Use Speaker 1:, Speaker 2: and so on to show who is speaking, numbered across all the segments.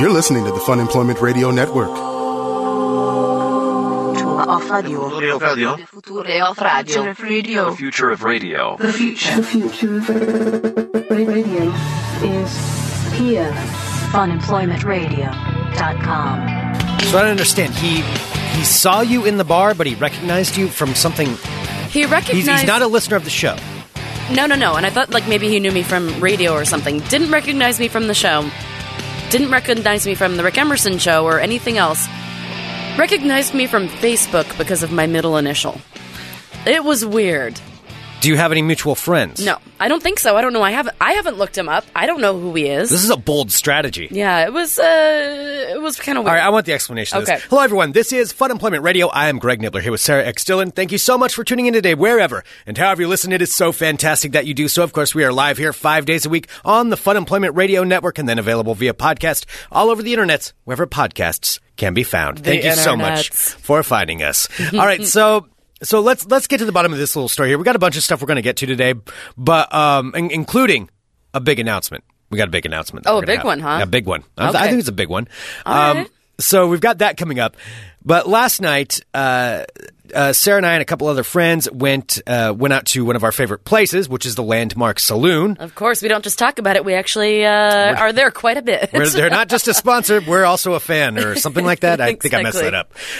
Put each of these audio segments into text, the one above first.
Speaker 1: You're listening to the Fun Employment Radio Network.
Speaker 2: Future of Radio.
Speaker 3: Audio value.
Speaker 2: The Future of Radio.
Speaker 3: The future of radio.
Speaker 2: The future.
Speaker 4: The future of radio is here.
Speaker 2: Funemploymentradio.com.
Speaker 5: So I don't understand. He he saw you in the bar, but he recognized you from something.
Speaker 6: He
Speaker 5: He's,
Speaker 6: recognized.
Speaker 5: he's not a listener of the show.
Speaker 6: no, no, no. And I thought like maybe he knew me from radio or something. Didn't recognize me from the show. Didn't recognize me from the Rick Emerson show or anything else. Recognized me from Facebook because of my middle initial. It was weird.
Speaker 5: Do you have any mutual friends?
Speaker 6: No, I don't think so. I don't know. I haven't. I haven't looked him up. I don't know who he is.
Speaker 5: This is a bold strategy.
Speaker 6: yeah, it was. Uh, it was kind of
Speaker 5: All
Speaker 6: weird.
Speaker 5: right, I want the explanation. Of this.
Speaker 6: Okay.
Speaker 5: Hello, everyone. This is Fun Employment Radio. I am Greg Nibbler here with Sarah X. Dillon. Thank you so much for tuning in today, wherever and however you listen. It is so fantastic that you do so. Of course, we are live here five days a week on the Fun Employment Radio Network and then available via podcast all over the internet, wherever podcasts can be found. Thank you so much
Speaker 6: internets.
Speaker 5: for finding us. All right, so. So let's let's get to the bottom of this little story here. We got a bunch of stuff we're going to get to today, but um, in- including a big announcement. We got a big announcement. that
Speaker 6: Oh,
Speaker 5: we're
Speaker 6: a
Speaker 5: gonna
Speaker 6: big
Speaker 5: have.
Speaker 6: one, huh?
Speaker 5: A big one. I, I
Speaker 6: Okay.
Speaker 5: think it's a big one. Um,
Speaker 6: All right.
Speaker 5: So we've got that coming up. But last night, uh, uh, Sarah and I and a couple other friends went uh, went out to one of our favorite places, which is the Landmark Saloon.
Speaker 6: of course, we don't just talk about it. We actually uh, are there quite a bit.
Speaker 5: We're, they're not just a sponsor; we're also a fan, or something like that. I think I messed
Speaker 6: Exactly.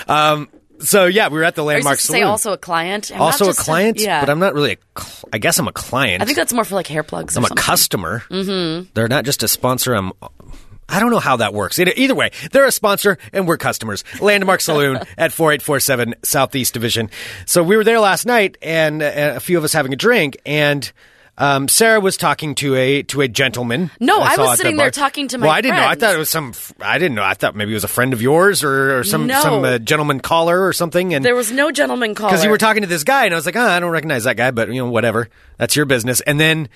Speaker 5: that up. Um, so yeah, we were at the
Speaker 6: Are you
Speaker 5: Landmark
Speaker 6: supposed to say
Speaker 5: Saloon.
Speaker 6: also a client? I'm not
Speaker 5: Also a
Speaker 6: just
Speaker 5: client,
Speaker 6: yeah.
Speaker 5: but I'm not really. A cl- I guess I'm a client.
Speaker 6: I think that's more for like hair plugs. or
Speaker 5: I'm a
Speaker 6: something.
Speaker 5: customer. Mm-hmm. They're not just a sponsor. I'm. I don't know how that works. Either, either way, they're a sponsor and we're customers. Landmark Saloon at 4847 Southeast Division. So we were there last night and uh, a few of us having a drink and um, Sarah was talking to a to a gentleman.
Speaker 6: No, I
Speaker 5: saw
Speaker 6: was
Speaker 5: at the
Speaker 6: sitting there
Speaker 5: bar.
Speaker 6: talking to my
Speaker 5: Well, I didn't know. I
Speaker 6: friends.
Speaker 5: thought it was some f- I didn't know. I thought maybe it was a friend of yours or, or some
Speaker 6: No.
Speaker 5: some uh, gentleman caller or something and
Speaker 6: There was no gentleman caller.
Speaker 5: because you were talking to this guy and I was like, oh, I don't recognize that guy, but you know, whatever. That's your business. And then,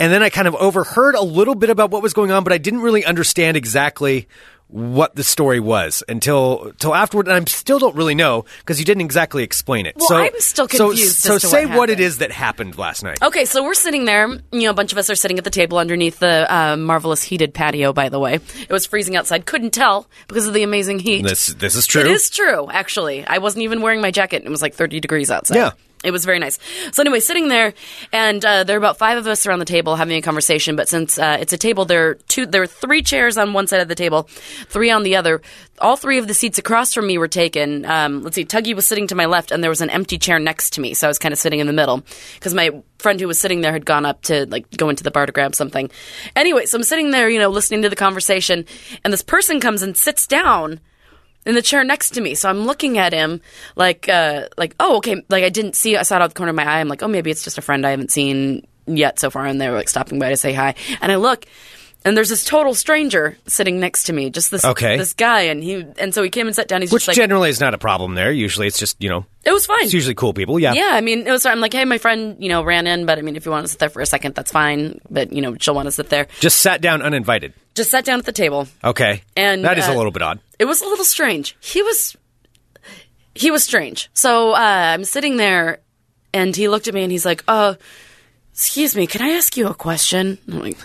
Speaker 5: and then I kind of overheard a little bit about what was going on, but I didn't really understand exactly what the story was until till afterward. And I still don't really know because you didn't exactly explain it.
Speaker 6: Well,
Speaker 5: so
Speaker 6: I'm still confused
Speaker 5: So, so
Speaker 6: as to
Speaker 5: say
Speaker 6: what
Speaker 5: what it
Speaker 6: happened. Oh,
Speaker 5: is that happened last night.
Speaker 6: Okay, so we're sitting there. You know, a bunch of us are sitting at the table underneath the uh, marvelous heated patio. By the way, it was freezing outside. Couldn't tell because of the amazing heat.
Speaker 5: This this is true.
Speaker 6: It is true, actually. I wasn't even wearing my jacket. and It was like 30 degrees outside.
Speaker 5: Yeah.
Speaker 6: It was very nice. So anyway, sitting there, and uh, there are about five of us around the table having a conversation. But since uh, it's a table, there are two, there are three chairs on one side of the table, three on the other. All three of the seats across from me were taken. Um, let's see, Tuggy was sitting to my left, and there was an empty chair next to me, so I was kind of sitting in the middle because my friend who was sitting there had gone up to like go into the bar to grab something. Anyway, so I'm sitting there, you know, listening to the conversation, and this person comes and sits down in the chair next to me. So I'm looking at him like, uh, like, oh, okay. Like I didn't see, I saw it out of the corner of my eye. I'm like, oh, maybe it's just a friend I haven't seen yet so far. And they were like stopping by to say hi. And I look and there's this total stranger sitting next to me, just this,
Speaker 5: Okay.
Speaker 6: this guy. And he, and so he came and sat down. He's
Speaker 5: Which
Speaker 6: just like,
Speaker 5: generally is not a problem there. Usually it's just, you know,
Speaker 6: it was fine.
Speaker 5: it's usually cool people. Yeah.
Speaker 6: Yeah, I mean, it was. I'm like, hey, my friend, you know, ran in, but I mean, if you want to sit there for a second, that's fine. But you know, she'll want to sit there.
Speaker 5: Just sat down uninvited.
Speaker 6: Just sat down at the table.
Speaker 5: Okay.
Speaker 6: And,
Speaker 5: that is
Speaker 6: uh,
Speaker 5: a little bit odd.
Speaker 6: it was a little strange. He was he was strange. So uh, I'm sitting there, and he looked at me, and he's like, "Uh, excuse me, can I ask you a question?" I'm like,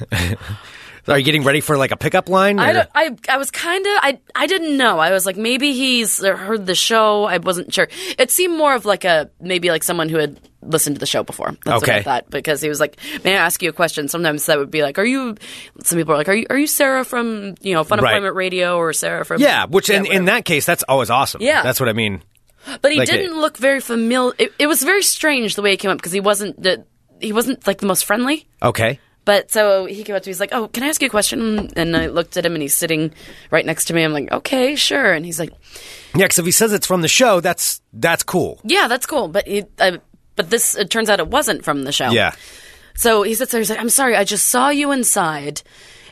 Speaker 5: Are you getting ready for like a pickup line?
Speaker 6: I,
Speaker 5: or-
Speaker 6: don't- I, I was kind of I I didn't know. I was like, maybe he's heard the show. I wasn't sure. It seemed more of like a maybe like someone who had listened to the show before. That's what
Speaker 5: Okay.
Speaker 6: I thought because he was like, "May I ask you a question?" Sometimes that would be like, "Are you?" Some people are like, "Are you are you Sarah from you know Fun
Speaker 5: Right.
Speaker 6: Employment Radio or Sarah from
Speaker 5: yeah, which in,
Speaker 6: whatever.
Speaker 5: in that case, that's always awesome.
Speaker 6: Yeah.
Speaker 5: That's what I mean.
Speaker 6: But he
Speaker 5: Like
Speaker 6: didn't
Speaker 5: it-
Speaker 6: look very familiar. It, it was very strange the way he came up because he wasn't the, he wasn't like the most friendly.
Speaker 5: Okay.
Speaker 6: But so he came up to me. He's like, "Oh, can I ask you a question?" And I looked at him, and he's sitting right next to me. I'm like, "Okay, sure." And he's like,
Speaker 5: Yeah, because if he says it's from the show, that's that's cool.
Speaker 6: "Yeah, that's cool." But it, I, but this it turns out it wasn't from the show.
Speaker 5: Yeah.
Speaker 6: So he sits there. He's like, "I'm sorry, I just saw you inside."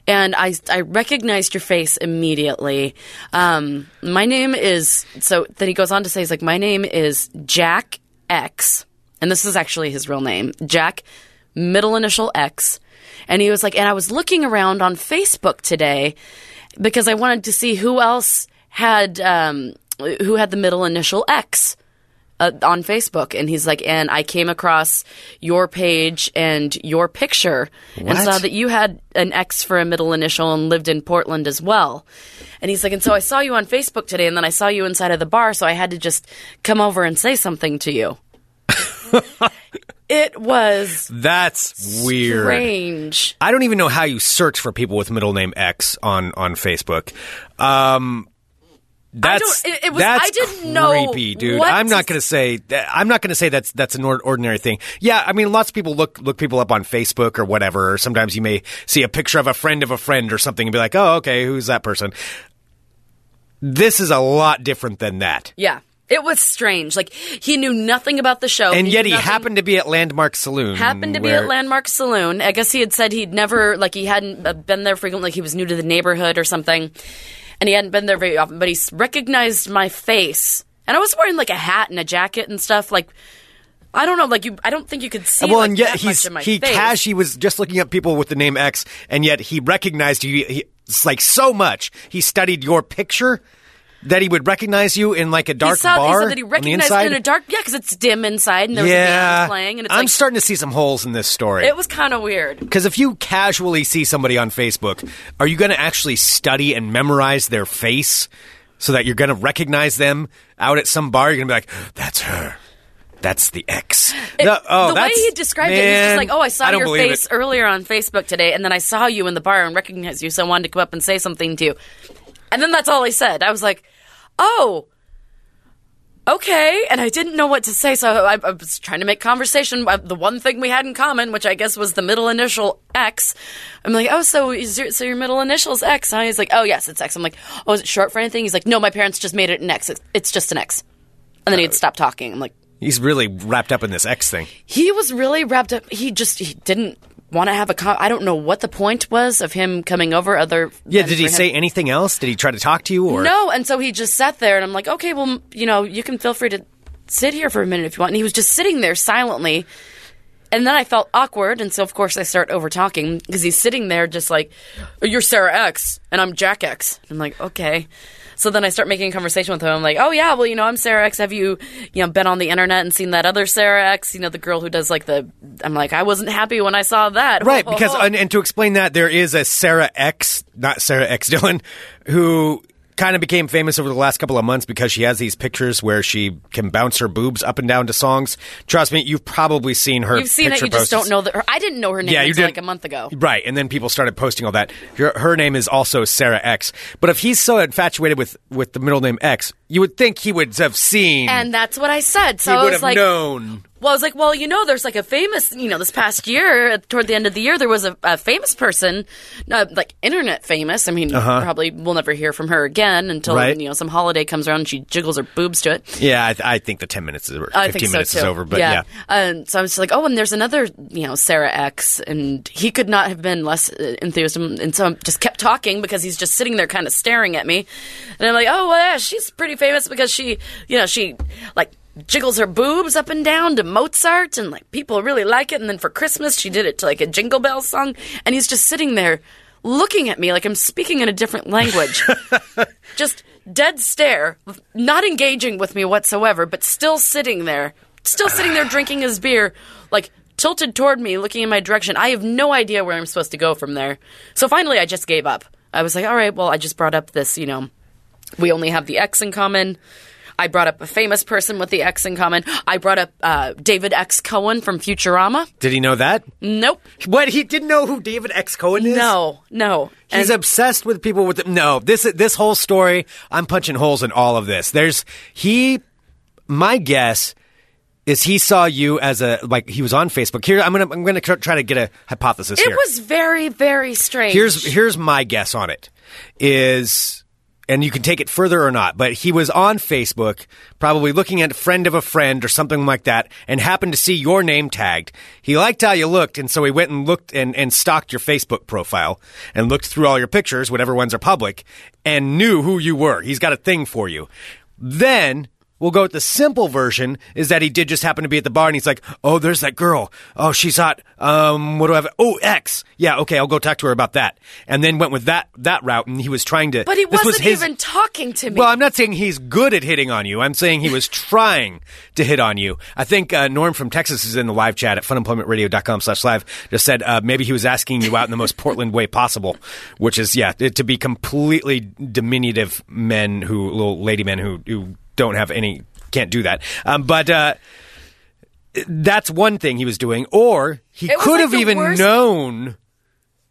Speaker 6: And I, I recognized your face immediately. Um, my name is so. Then he goes on to say, "He's like, my name is Jack X, and this is actually his real name, Jack, middle initial X." And he was like, "And I was looking around on Facebook today because I wanted to see who else had um, who had the middle initial X." uh, on Facebook, and he's like, and I came across your page and your picture and
Speaker 5: What?
Speaker 6: saw that you had an X for a middle initial and lived in Portland as well. And he's like, and so I saw you on Facebook today, and then I saw you inside of the bar, so I had to just come over and say something to you. it was
Speaker 5: That's weird.
Speaker 6: strange.
Speaker 5: I don't even know how you search for people with middle name X on on Facebook. Um, that's
Speaker 6: don't- it- it was-
Speaker 5: that's
Speaker 6: I didn't know
Speaker 5: creepy, dude.
Speaker 6: what
Speaker 5: I'm not
Speaker 6: to-
Speaker 5: gonna say that- I'm not gonna say that's that's an or- ordinary thing. Yeah, I mean, lots of people look look people up on Facebook or whatever. Or sometimes you may see a picture of a friend of a friend or something and be like, oh, okay, who's that person? This is a lot different than that.
Speaker 6: Yeah. It was strange. Like he knew nothing about the show,
Speaker 5: And yet
Speaker 6: knew
Speaker 5: he
Speaker 6: nothing-
Speaker 5: happened to be at Landmark Saloon.
Speaker 6: happened to be
Speaker 5: where-
Speaker 6: at Landmark Saloon. I guess he had said he'd never like he hadn't uh, been there frequently. Like he was new to the neighborhood or something, and he hadn't been there very often. But he s- recognized my face, and I was wearing like a hat and a jacket and stuff. Like I don't know, like you. I don't think you could see.
Speaker 5: well,
Speaker 6: like,
Speaker 5: and yet
Speaker 6: that
Speaker 5: he's
Speaker 6: much of my
Speaker 5: he
Speaker 6: face.
Speaker 5: cash he was just looking up people with the name X, and yet he recognized you. He, it's like so much. He studied your picture that he would recognize you in like a
Speaker 6: He
Speaker 5: dark
Speaker 6: saw,
Speaker 5: bar
Speaker 6: he said that he
Speaker 5: on the
Speaker 6: recognized
Speaker 5: inside.
Speaker 6: it in a dark. Yeah, because it's dim inside, and there was a
Speaker 5: yeah,
Speaker 6: band playing, and it's
Speaker 5: I'm
Speaker 6: like
Speaker 5: starting to see some holes in this story.
Speaker 6: it was kind of weird.
Speaker 5: Because if you casually see somebody on Facebook, are you going to actually study and memorize their face so that you're going to recognize them out at some bar? You're going to be like, that's her. That's the ex. No, oh,
Speaker 6: the way
Speaker 5: that's-
Speaker 6: he described it, he's just
Speaker 5: man,
Speaker 6: like, "Oh, I saw
Speaker 5: don't
Speaker 6: your
Speaker 5: believe
Speaker 6: face
Speaker 5: it.
Speaker 6: earlier on Facebook today, and then I saw you in the bar and recognized you, so I wanted to come up and say something to you." And then that's all he said. I was like, "Oh, okay," and I didn't know what to say, so I, I was trying to make conversation. Uh, The one thing we had in common, which I guess was the middle initial X, I'm like, "Oh, so is your, so your middle initial's X?" And he's like, "Oh, yes, it's X." I'm like, "Oh, is it short for anything?" He's like, "No, my parents just made it an X. It's, it's just an X." And then
Speaker 5: Uh,
Speaker 6: he'd stop talking. I'm like.
Speaker 5: He's really wrapped up in this X thing.
Speaker 6: he was really wrapped up. He just he didn't want to have a. Con- I don't know what the point was of him coming over. Other
Speaker 5: Yeah,
Speaker 6: than
Speaker 5: did he
Speaker 6: for him-
Speaker 5: say anything else? Did he try to talk to you or
Speaker 6: no? And so he just sat there, and I'm like, okay, well, m- you know, you can feel free to sit here for a minute if you want. And he was just sitting there silently. And then I felt awkward, and so of course I start over talking because he's sitting there just like, "You're Sarah X, and I'm Jack X." I'm like, okay. So then I start making conversation with him. I'm like, "Oh yeah, well you know I'm Sarah X. Have you you know been on the internet and seen that other Sarah X? You know the girl who does like the I'm like I wasn't happy when I saw that.
Speaker 5: Right, because and, and to explain that there is a Sarah X, not Sarah X Dillon, who kind of became famous over the last couple of months because she has these pictures where she can bounce her boobs up and down to songs. Trust me, you've probably seen her.
Speaker 6: you've seen it,
Speaker 5: picture
Speaker 6: you just don't
Speaker 5: posters.
Speaker 6: know that. Her, I didn't know her name
Speaker 5: Yeah, you
Speaker 6: until
Speaker 5: did
Speaker 6: like a month ago.
Speaker 5: Right, and then people started posting all that. Her, her name is also Sarah X. But if he's so infatuated with with the middle name X, you would think he would have seen.
Speaker 6: And that's what I said. So
Speaker 5: Mm. he
Speaker 6: I was
Speaker 5: would have
Speaker 6: like,
Speaker 5: known.
Speaker 6: Well, I was like, well, you know, there's like a famous, you know, this past year, uh, toward the end of the year, there was a, a famous person, uh, like internet famous. I mean, probably we'll never hear from her again until
Speaker 5: Uh-huh. Right.
Speaker 6: you know some holiday comes around and she jiggles her boobs to it.
Speaker 5: Yeah, I, th- I think the ten minutes is, or fifteen
Speaker 6: I think so
Speaker 5: minutes
Speaker 6: too.
Speaker 5: is over. But yeah.
Speaker 6: Um, so I was just like, oh, and there's another, you know, Sarah X, and he could not have been less uh, enthusiastic. And so I just kept talking because he's just sitting there, kind of staring at me. And I'm like, oh, well, yeah, she's pretty famous because she, you know, she like jiggles her boobs up and down to Mozart, and like people really like it. And then for Christmas, she did it to like a Jingle Bell song. And he's just sitting there looking at me like I'm speaking in a different language. just dead stare, not engaging with me whatsoever, but still sitting there, still sitting there drinking his beer, like tilted toward me, looking in my direction. I have no idea where I'm supposed to go from there. So finally, I just gave up. I was like, all right, well, I just brought up this, you know, we only have the X in common. I brought up a famous person with the X in common. I brought up uh, David X. Cohen from Futurama.
Speaker 5: Did he know that?
Speaker 6: Nope.
Speaker 5: What he didn't know who David X Cohen is?
Speaker 6: No, no.
Speaker 5: He's
Speaker 6: And-
Speaker 5: obsessed with people with the, no. This this whole story, I'm punching holes in all of this. There's he. My guess is he saw you as a like he was on Facebook. Here, I'm gonna I'm gonna tr- try to get a hypothesis
Speaker 6: it
Speaker 5: here.
Speaker 6: was very, very strange.
Speaker 5: here's here's my guess on it is. And you can take it further or not, but he was on Facebook, probably looking at a friend of a friend or something like that, and happened to see your name tagged. He liked how you looked, and so he went and looked and, and stalked your Facebook profile and looked through all your pictures, whatever ones are public, and knew who you were. He's got a thing for you. Then We'll go with the simple version is that he did just happen to be at the bar and he's like, oh, there's that girl. Oh, she's hot. Um, what do I have? Oh, X. Yeah, okay, I'll go talk to her about that. And then went with that that route, and he was trying to.
Speaker 6: But he
Speaker 5: this
Speaker 6: wasn't
Speaker 5: was his-
Speaker 6: even talking to me.
Speaker 5: Well, I'm not saying he's good at hitting on you. I'm saying he was trying to hit on you. I think uh, Norm from Texas is in the live chat at funemploymentradio.com slash live. Just said uh, maybe he was asking you out in the most Portland way possible, which is, yeah, it- to be completely diminutive men who, little lady men who, who don't have any, can't do that. Um, but, uh, that's one thing he was doing, or he
Speaker 6: It was
Speaker 5: could
Speaker 6: like
Speaker 5: have
Speaker 6: the
Speaker 5: even
Speaker 6: worst-
Speaker 5: known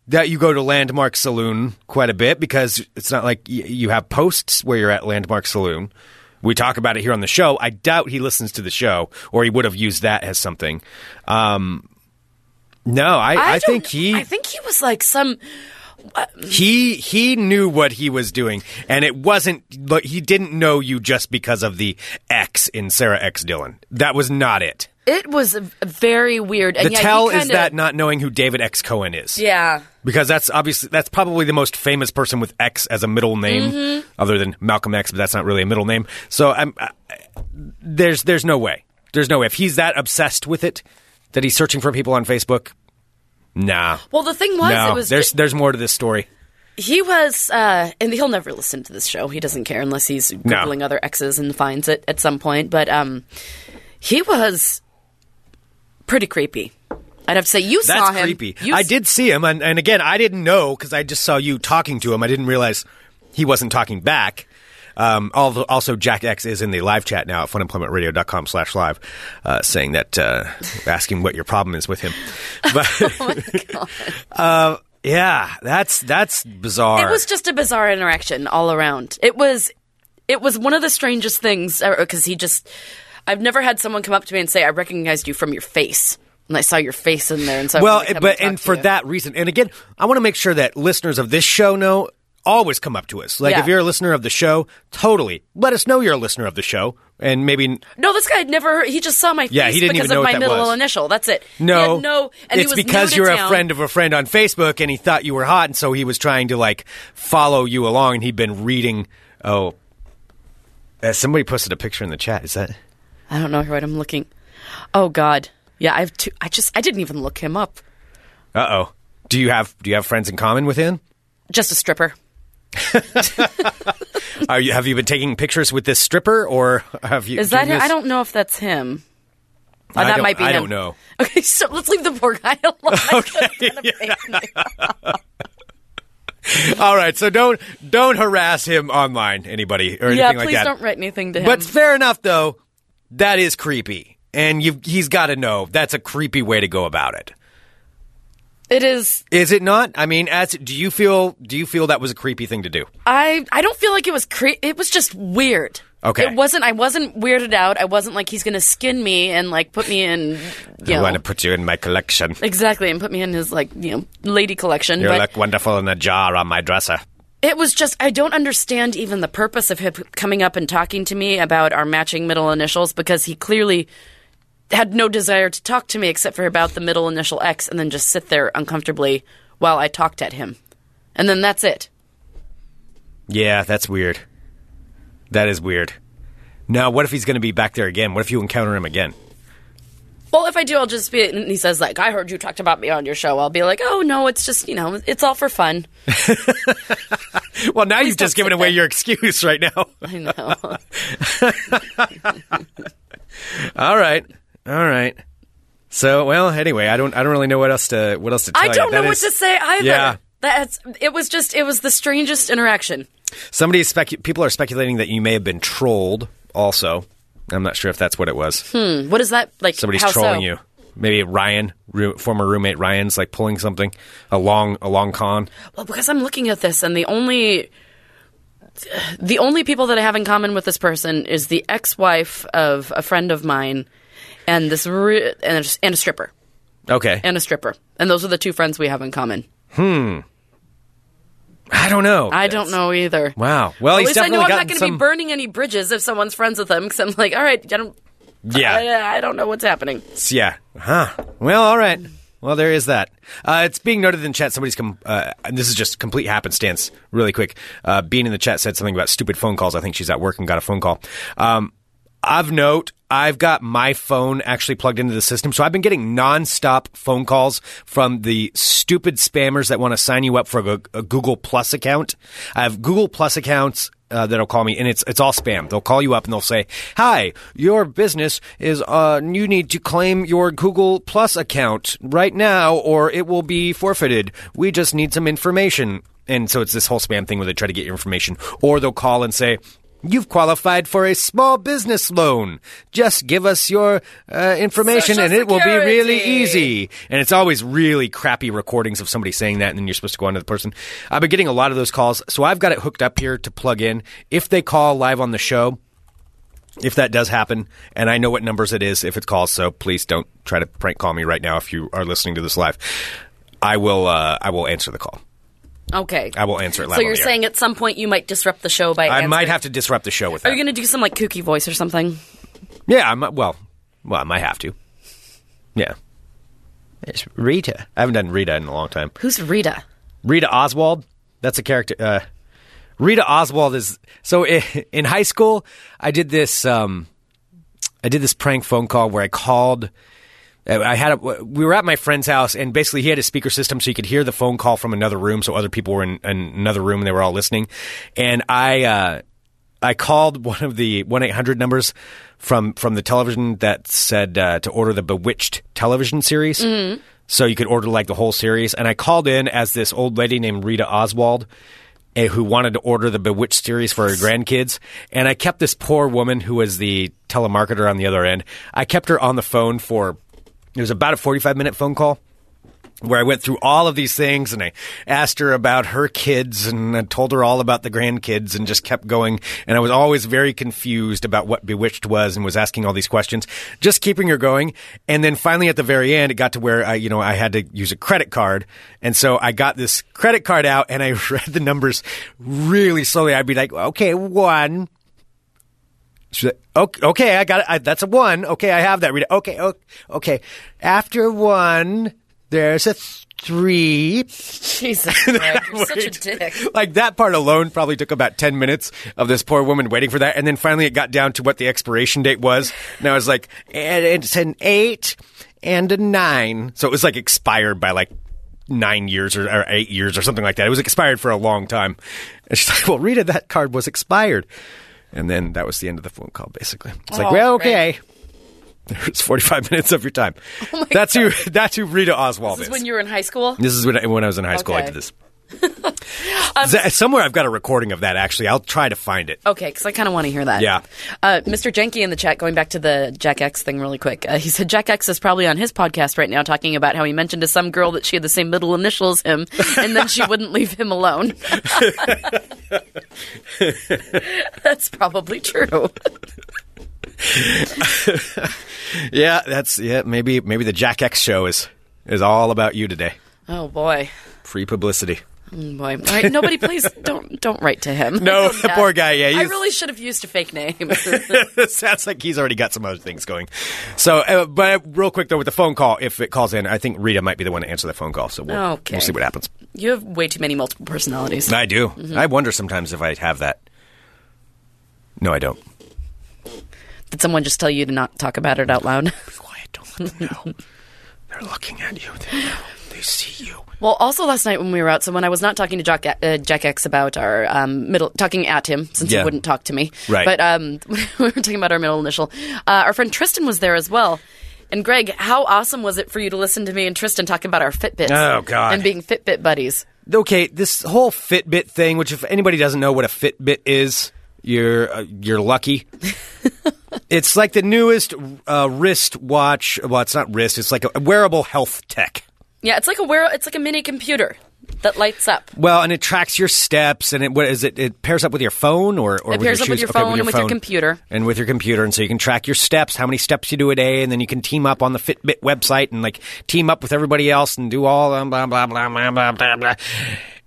Speaker 5: that you go to Landmark Saloon quite a bit because it's not like y- you have posts where you're at Landmark Saloon. We talk about it here on the show. I doubt he listens to the show, or he would have used that as something. Um, no, I, I,
Speaker 6: don't-
Speaker 5: think he
Speaker 6: I think he was like some.
Speaker 5: he he knew what he was doing, and it wasn't. Look, he didn't know you just because of the X in Sarah X Dillon. That was not it.
Speaker 6: It was very weird. And
Speaker 5: The
Speaker 6: yeah, he
Speaker 5: tell is
Speaker 6: kinda-
Speaker 5: that not knowing who David X Cohen is.
Speaker 6: Yeah.
Speaker 5: Because that's obviously that's probably the most famous person with X as a middle name,
Speaker 6: Mm-hmm.
Speaker 5: other than Malcolm X, but that's not really a middle name. So I'm, I, there's there's no way, there's no way if he's that obsessed with it that he's searching for people on Facebook. Nah,
Speaker 6: Well, the thing was,
Speaker 5: no,
Speaker 6: it was
Speaker 5: there's there's more to this story.
Speaker 6: he was, uh, and he'll never listen to this show. He doesn't care unless he's googling other exes and finds it at some point. But um, he was pretty creepy. I'd have to say you
Speaker 5: That's
Speaker 6: saw him.
Speaker 5: creepy.
Speaker 6: You
Speaker 5: I
Speaker 6: s-
Speaker 5: did see him, and, and again, I didn't know because I just saw you talking to him. I didn't realize he wasn't talking back. Um, although- also, Jack X is in the live chat now at funemploymentradio.com slash live, uh, saying that, uh, asking what your problem is with him.
Speaker 6: Oh
Speaker 5: But, Uh, yeah, that's, that's bizarre.
Speaker 6: It was just a bizarre interaction all around. It was, it was one of the strangest things because he just. I've never had someone come up to me and say, "I recognized you from your face," and I saw your face in there, and so I
Speaker 5: well,
Speaker 6: wanted to come
Speaker 5: but
Speaker 6: talk
Speaker 5: and
Speaker 6: to
Speaker 5: for
Speaker 6: you.
Speaker 5: that reason, and again, I want to make sure that listeners of this show know always come up to us. Like
Speaker 6: Yeah.
Speaker 5: if you're a listener of the show, totally let us know you're a listener of the show, and maybe
Speaker 6: No, this guy had never. He just saw my face
Speaker 5: Yeah, he didn't
Speaker 6: because
Speaker 5: even know
Speaker 6: of
Speaker 5: what
Speaker 6: my
Speaker 5: that
Speaker 6: middle
Speaker 5: was.
Speaker 6: initial. That's it. He
Speaker 5: No,
Speaker 6: had no. And he
Speaker 5: it's
Speaker 6: was
Speaker 5: because
Speaker 6: new to
Speaker 5: you're
Speaker 6: town.
Speaker 5: a friend of a friend on Facebook, and he thought you were hot, and so he was trying to like follow you along, and he'd been reading. Oh, uh, somebody posted a picture in the chat. Is that?
Speaker 6: I don't know what I'm looking. Oh God, yeah, I have two. I just I didn't even look him up.
Speaker 5: Uh oh. Do you have Do you have friends in common with him?
Speaker 6: Just a stripper.
Speaker 5: Are you Have you been taking pictures with this stripper, or have you?
Speaker 6: Is that
Speaker 5: doing
Speaker 6: him?
Speaker 5: this-
Speaker 6: I don't know if that's him. Oh,
Speaker 5: I
Speaker 6: that
Speaker 5: don't-
Speaker 6: might be
Speaker 5: I
Speaker 6: him.
Speaker 5: don't know.
Speaker 6: Okay, so let's leave the poor guy alone. Okay.
Speaker 5: All right, so don't don't harass him online, anybody or
Speaker 6: yeah,
Speaker 5: anything
Speaker 6: please
Speaker 5: like that.
Speaker 6: don't write anything to him.
Speaker 5: But fair enough, though. That is creepy, and you he's got to know that's a creepy way to go about it.
Speaker 6: it is.
Speaker 5: Is it not? I mean, as do you feel? Do you feel that was a creepy thing to do?
Speaker 6: I I don't feel like it was. Cre- it was just weird.
Speaker 5: Okay.
Speaker 6: It wasn't. I wasn't weirded out. I wasn't like he's gonna skin me and like put me in. You
Speaker 5: I
Speaker 6: know,
Speaker 5: want to put you in my collection.
Speaker 6: Exactly, and put me in his like you know lady collection.
Speaker 5: You
Speaker 6: but
Speaker 5: look wonderful in a jar on my dresser.
Speaker 6: it was just I don't understand even the purpose of him coming up and talking to me about our matching middle initials because he clearly had no desire to talk to me except for about the middle initial X, and then just sit there uncomfortably while I talked at him, and then that's it.
Speaker 5: Yeah, that's weird. That is weird. Now, what if he's going to be back there again? What if you encounter him again?
Speaker 6: Well, if I do, I'll just be. And he says, like, I heard you talked about me on your show. I'll be like, oh no, it's just you know, it's all for fun.
Speaker 5: Well, now you've
Speaker 6: don't
Speaker 5: just given
Speaker 6: sit
Speaker 5: away
Speaker 6: there.
Speaker 5: your excuse right now.
Speaker 6: I know.
Speaker 5: all right, all right. So, well, anyway, I don't, I don't really know what else to, what else to tell
Speaker 6: I
Speaker 5: you.
Speaker 6: don't know
Speaker 5: That
Speaker 6: what
Speaker 5: is-
Speaker 6: to say either.
Speaker 5: Yeah.
Speaker 6: That's it was just it was the strangest interaction.
Speaker 5: Somebody is specu- people are speculating that you may have been trolled. Also, I'm not sure if that's what it was.
Speaker 6: What is that like?
Speaker 5: Somebody's
Speaker 6: how
Speaker 5: trolling
Speaker 6: so?
Speaker 5: you. Maybe Ryan, roo- former roommate Ryan's like pulling something, a long, a long con.
Speaker 6: Well, because I'm looking at this, and the only the only people that I have in common with this person is the ex-wife of a friend of mine, and this re- and, a, and a stripper
Speaker 5: Okay,
Speaker 6: and a stripper, and those are the two friends we have in common.
Speaker 5: I don't know.
Speaker 6: I don't know either.
Speaker 5: Wow. Well,
Speaker 6: At
Speaker 5: he's
Speaker 6: least I know
Speaker 5: definitely
Speaker 6: I'm not
Speaker 5: gotten
Speaker 6: going to
Speaker 5: some.
Speaker 6: be burning any bridges if someone's friends with them. Because I'm like, all right, I don't,
Speaker 5: yeah,
Speaker 6: I, I don't know what's happening.
Speaker 5: it's- yeah. Huh. Well, all right. Well, there is that. Uh, it's being noted in chat. Somebody's come. Uh, and this is just complete happenstance. Really quick. Uh, Bean in the chat said something about stupid phone calls. I think she's at work and got a phone call. Um, Of note, I've got my phone actually plugged into the system, so I've been getting nonstop phone calls from the stupid spammers that want to sign you up for a, a Google Plus account. I have Google Plus accounts. Uh, that'll call me, and it's it's all spam. They'll call you up and they'll say, "Hi, your business is uh, you need to claim your Google Plus account right now, or it will be forfeited. We just need some information." And so it's this whole spam thing where they try to get your information, or they'll call and say, You've qualified for a small business loan. Just give us your uh, information
Speaker 6: Social
Speaker 5: and it will be really
Speaker 6: Security.
Speaker 5: easy. And it's always really crappy recordings of somebody saying that and then you're supposed to go on to the person. I've been getting a lot of those calls. So I've got it hooked up here to plug in. If they call live on the show, if that does happen, and I know what numbers it is if it calls, so please don't try to prank call me right now if you are listening to this live. I will uh, I will answer the call.
Speaker 6: Okay.
Speaker 5: I will answer it live.
Speaker 6: So
Speaker 5: on
Speaker 6: you're
Speaker 5: the air.
Speaker 6: saying at some point you might disrupt the show by
Speaker 5: I
Speaker 6: answering.
Speaker 5: might have to disrupt the show with that.
Speaker 6: Are you going to do some like kooky voice or something?
Speaker 5: Yeah, I might. Well, well, I might have to. Yeah. It's Rita. I haven't done Rita in a long time.
Speaker 6: Who's Rita?
Speaker 5: Rita Oswald. That's a character. Uh, Rita Oswald is so i- in high school. I did this. Um, I did this prank phone call where I called. I had a, we were at my friend's house and basically he had a speaker system so you could hear the phone call from another room so other people were in, in another room and they were all listening and I uh, I called one of the one eight hundred numbers from from the television that said uh, to order the Bewitched television series. So you could order like the whole series, and I called in as this old lady named Rita Oswald, eh, who wanted to order the Bewitched series for her grandkids. And I kept this poor woman who was the telemarketer on the other end. I kept her on the phone for it was about a forty five minute phone call where I went through all of these things and I asked her about her kids and I told her all about the grandkids and just kept going. And I was always very confused about what Bewitched was and was asking all these questions, just keeping her going. And then finally at the very end, it got to where I, you know, I had to use a credit card. And so I got this credit card out and I read the numbers really slowly. I'd be like, okay, one, She's like, okay, okay, I got it. I, that's a one. Okay, I have that. Read it. Okay, okay, okay. After one, there's a three.
Speaker 6: Jesus, Greg, you're such a dick.
Speaker 5: Like that part alone probably took about 10 minutes of this poor woman waiting for that. And then finally it got down to what the expiration date was. And I was like, and it's an eight and a nine. So it was like expired by like nine years or, or eight years or something like that. It was expired for a long time. And she's like, well, Rita, that card was expired. And then that was the end of the phone call, basically. It's like,
Speaker 6: Oh,
Speaker 5: well,
Speaker 6: great. Oh
Speaker 5: okay. There's 45 minutes of your time. that's who. That's who Rita Oswald
Speaker 6: This
Speaker 5: is.
Speaker 6: is when you were in high school.
Speaker 5: This is when I, when I was in high school. I
Speaker 6: Okay.
Speaker 5: did this. Z- Somewhere I've got a recording of that. Actually, I'll try to find it.
Speaker 6: Okay, because I kind of want to hear that.
Speaker 5: Yeah.
Speaker 6: Uh, Mr. Jenke in the chat, going back to the Jack X thing really quick, uh, he said Jack X is probably on his podcast right now talking about how he mentioned to some girl that she had the same middle initial as him, and then she wouldn't leave him alone. That's probably true.
Speaker 5: Yeah, that's yeah. Maybe maybe the Jack X show is is all about you today.
Speaker 6: Oh, boy.
Speaker 5: Free publicity.
Speaker 6: Oh, boy. All right, nobody, please don't don't write to him.
Speaker 5: No,
Speaker 6: I feel bad.
Speaker 5: poor guy, yeah,
Speaker 6: I
Speaker 5: he's-
Speaker 6: really should have used a fake name.
Speaker 5: Sounds like he's already got some other things going. So, uh, but real quick though, with the phone call, if it calls in, I think Rita might be the one to answer the phone call. So we'll,
Speaker 6: Okay.
Speaker 5: we'll see what happens.
Speaker 6: you have way too many multiple personalities.
Speaker 5: I do. I wonder sometimes if I have that. No, I don't.
Speaker 6: Did someone just tell you to not talk about it out loud?
Speaker 5: Be quiet. Don't let them know. They're looking at you. They know. They see you.
Speaker 6: Well, also last night when we were out, so when I was not talking to Jack, uh, Jack X about our um, middle, talking at him since
Speaker 5: Yeah.
Speaker 6: he wouldn't talk to me,
Speaker 5: Right.
Speaker 6: But um, we were talking about our middle initial. Uh, our friend Tristan was there as well. And Greg, how awesome was it for you to listen to me and Tristan talk about our Fitbits?
Speaker 5: Oh, God.
Speaker 6: And being Fitbit buddies.
Speaker 5: okay, this whole Fitbit thing, which if anybody doesn't know what a Fitbit is, you're uh, you're lucky. it's like the newest uh, wrist watch. Well, it's not wrist. It's like a wearable health tech.
Speaker 6: Yeah, it's like a wear, it's like a mini computer that lights up.
Speaker 5: Well, and it tracks your steps, and it what is it? It pairs up with your phone, or, or
Speaker 6: It
Speaker 5: with your
Speaker 6: pairs up with
Speaker 5: shoes?
Speaker 6: your
Speaker 5: Okay,
Speaker 6: phone and with your computer.
Speaker 5: and with your computer, and so you can track your steps, how many steps you do a day, and then you can team up on the Fitbit website and like team up with everybody else and do all um, blah blah blah blah blah blah blah.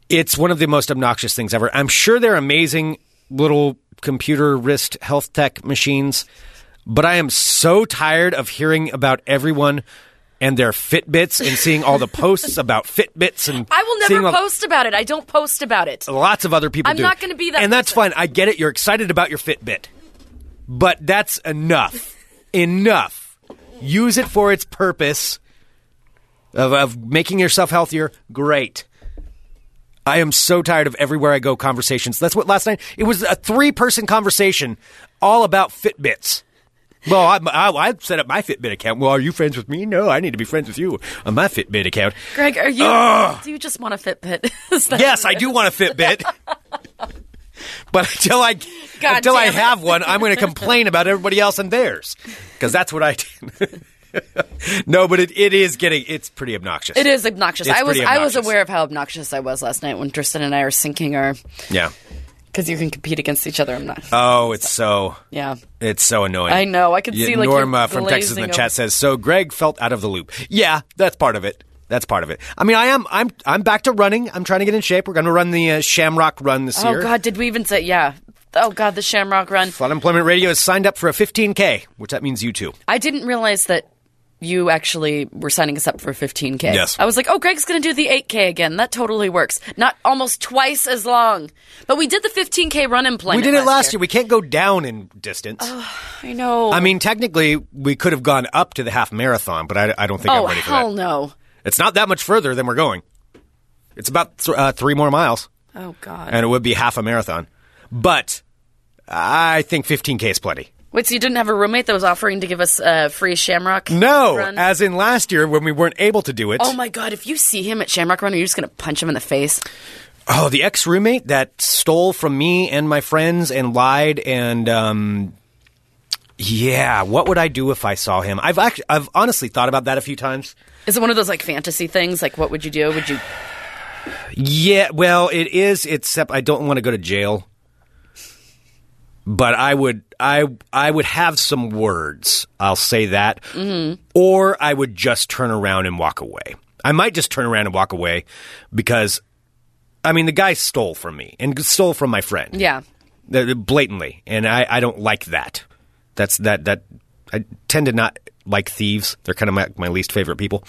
Speaker 5: It's one of the most obnoxious things ever. I'm sure they're amazing little computer wrist health tech machines, but I am so tired of hearing about everyone. And their Fitbits and seeing all the posts about Fitbits and
Speaker 6: I will
Speaker 5: seeing
Speaker 6: never
Speaker 5: all-
Speaker 6: post about it. I don't post about it.
Speaker 5: Lots of other people
Speaker 6: I'm
Speaker 5: do.
Speaker 6: not gonna be that
Speaker 5: And that's
Speaker 6: person.
Speaker 5: fine. I get it. You're excited about your Fitbit. but that's enough. enough. Use it for its purpose of, of making yourself healthier. Great. I am so tired of everywhere I go conversations. That's what last night it was a three person conversation all about Fitbits. Well, I, I, I set up my Fitbit account. Well, are you friends with me? No, I need to be friends with you on my Fitbit account.
Speaker 6: Greg, are you? Do you just want a Fitbit? Is that-
Speaker 5: Yes, I do want a Fitbit. But until I
Speaker 6: God
Speaker 5: until I
Speaker 6: damn it.
Speaker 5: have one, I'm going to complain about everybody else and theirs because that's what I do. no, but it, it is getting it's pretty obnoxious.
Speaker 6: It is obnoxious.
Speaker 5: It's
Speaker 6: I was
Speaker 5: pretty
Speaker 6: I was
Speaker 5: obnoxious.
Speaker 6: aware of how obnoxious I was last night when Tristan and I were syncing our
Speaker 5: Yeah.
Speaker 6: because you can compete against each other. I'm not.
Speaker 5: Oh, it's so
Speaker 6: yeah.
Speaker 5: it's so annoying.
Speaker 6: I know. I could
Speaker 5: Yeah,
Speaker 6: see, like, you're
Speaker 5: Norma from Texas in the
Speaker 6: glazing
Speaker 5: chat
Speaker 6: over.
Speaker 5: says so. Greg felt out of the loop. Yeah, that's part of it. That's part of it. I mean, I am I'm I'm back to running. I'm trying to get in shape. We're going to run the uh, Shamrock Run this year.
Speaker 6: Oh God, did we even say? Yeah. Oh God, the Shamrock Run.
Speaker 5: Fun Employment Radio has signed up for a 15k, which that means you too.
Speaker 6: I didn't realize that you actually were signing us up for 15k.
Speaker 5: Yes.
Speaker 6: I was like, oh, Greg's going to do the 8k again. That totally works. Not almost twice as long, but we did the 15k run and play.
Speaker 5: We did it last year. We can't go down in distance.
Speaker 6: I know.
Speaker 5: I mean, technically, we could have gone up to the half marathon, but I, I don't think
Speaker 6: oh
Speaker 5: I'm ready for
Speaker 6: hell
Speaker 5: that.
Speaker 6: no.
Speaker 5: It's not that much further than we're going. It's about th- uh, three more miles,
Speaker 6: Oh God.
Speaker 5: and it would be half a marathon. But I think 15K is plenty.
Speaker 6: Wait, so you didn't have a roommate that was offering to give us uh, free Shamrock?
Speaker 5: No,
Speaker 6: Run?
Speaker 5: as in last year when we weren't able to do it.
Speaker 6: Oh my god, if you see him at Shamrock Run, are you just going to punch him in the face?
Speaker 5: Oh, the ex roommate that stole from me and my friends and lied and um yeah, what would I do if I saw him? I've actually I've honestly thought about that a few times.
Speaker 6: Is it one of those like fantasy things? Like, what would you do? Would you?
Speaker 5: Yeah, well, it is except I don't want to go to jail. But I would I I would have some words. I'll say that. Or I would just turn around and walk away. I might just turn around and walk away because I mean, the guy stole from me and stole from my friend.
Speaker 6: Yeah.
Speaker 5: They're blatantly, and I, I don't like that. That's that that I tend to not like thieves. They're kind of my, my least favorite people.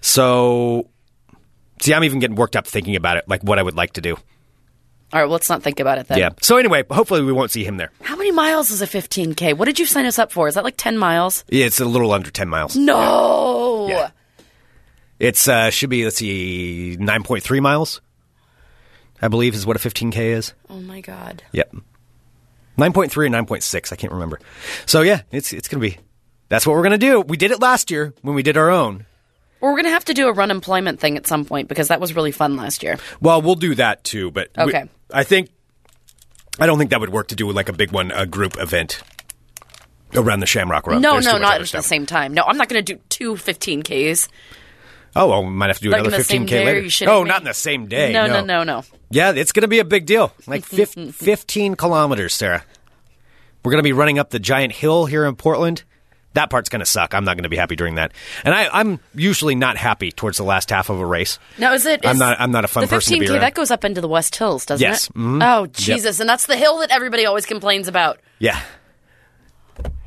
Speaker 5: So, see, I'm even getting worked up thinking about it, like what I would like to do.
Speaker 6: All right, well, let's not think about it then.
Speaker 5: Yeah. So anyway, hopefully we won't see him there.
Speaker 6: How many miles is a 15k? What did you sign us up for? Is that like 10 miles?
Speaker 5: Yeah, It's a little under ten miles.
Speaker 6: No.
Speaker 5: Yeah. It's uh, should be let's see, nine point three miles. I believe is what a 15k is.
Speaker 6: Oh my god.
Speaker 5: Yep. 9.3 or 9.6, I can't remember. So yeah, it's it's going to be That's what we're going to do. We did it last year when we did our own.
Speaker 6: Well, we're going to have to do a run employment thing at some point because that was really fun last year.
Speaker 5: Well, we'll do that too, but we-
Speaker 6: Okay.
Speaker 5: I think I don't think that would work to do like a big one, a group event around the Shamrock Run.
Speaker 6: No,
Speaker 5: There's too
Speaker 6: no,
Speaker 5: much
Speaker 6: not
Speaker 5: other
Speaker 6: at the
Speaker 5: stuff.
Speaker 6: same time. No, I'm not going to do two 15ks.
Speaker 5: Oh, well, we might have to do
Speaker 6: Like in
Speaker 5: another
Speaker 6: the same
Speaker 5: 15k
Speaker 6: day, are
Speaker 5: later.
Speaker 6: you shitting
Speaker 5: oh,
Speaker 6: me?
Speaker 5: not in the same day.
Speaker 6: no, no, no, no.
Speaker 5: Yeah, it's going to be a big deal. Like fif- 15 kilometers, Sarah. We're going to be running up the giant hill here in Portland. That part's going to suck. I'm not going to be happy during that. And I, I'm usually not happy towards the last half of a race.
Speaker 6: Now is it?
Speaker 5: I'm
Speaker 6: is
Speaker 5: not- I'm not a fun
Speaker 6: the
Speaker 5: person to be
Speaker 6: 15K,
Speaker 5: around.
Speaker 6: That goes up into the West Hills, doesn't
Speaker 5: Yes.
Speaker 6: it?
Speaker 5: Mhm.
Speaker 6: Oh Jesus! And that's the hill that everybody always complains about.
Speaker 5: Yeah.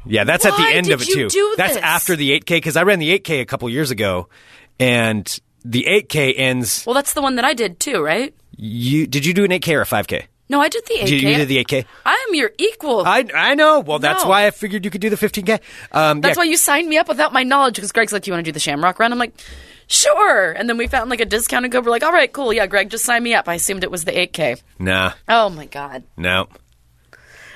Speaker 5: Yeah, that's at
Speaker 6: Why
Speaker 5: the end
Speaker 6: did
Speaker 5: of it,
Speaker 6: you
Speaker 5: too.
Speaker 6: do
Speaker 5: that's
Speaker 6: this?
Speaker 5: after the 8K, because I ran the 8K a couple years ago, and the 8K ends.
Speaker 6: Well, that's the one that I did too, right?
Speaker 5: You Did you do an 8K or a 5K?
Speaker 6: No, I did the 8K.
Speaker 5: Did you do the 8K?
Speaker 6: I am your equal.
Speaker 5: I, I know. Well, that's
Speaker 6: No.
Speaker 5: why I figured you could do the 15K. Um,
Speaker 6: that's
Speaker 5: yeah,
Speaker 6: why you signed me up without my knowledge because Greg's like, "You want to do the Shamrock Run?" I'm like, "Sure." And then we found like a discounted go. We're like, "All right, cool. Yeah, Greg, just sign me up." I assumed it was the 8K.
Speaker 5: Nah,
Speaker 6: Oh my god!
Speaker 5: no.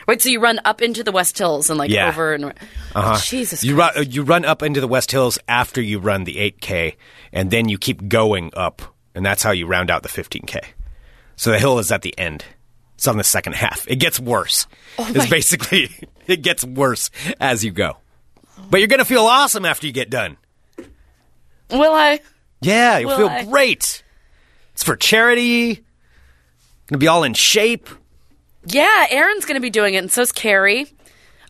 Speaker 6: Wait, so you run up into the West Hills and like
Speaker 5: Yeah. Uh-huh.
Speaker 6: over and Oh, Jesus.
Speaker 5: You
Speaker 6: Christ.
Speaker 5: run, you run up into the West Hills after you run the 8K, and then you keep going up, and that's how you round out the 15K. So the hill is at the end. It's on the second half. It gets worse. it's
Speaker 6: Oh my-
Speaker 5: basically, it gets worse as you go. But you're going to feel awesome after you get done.
Speaker 6: Will I?
Speaker 5: Yeah, you'll
Speaker 6: Will
Speaker 5: feel
Speaker 6: I?
Speaker 5: great. It's for charity. Going to be all in shape.
Speaker 6: Yeah, Aaron's going to be doing it, and so's Carrie.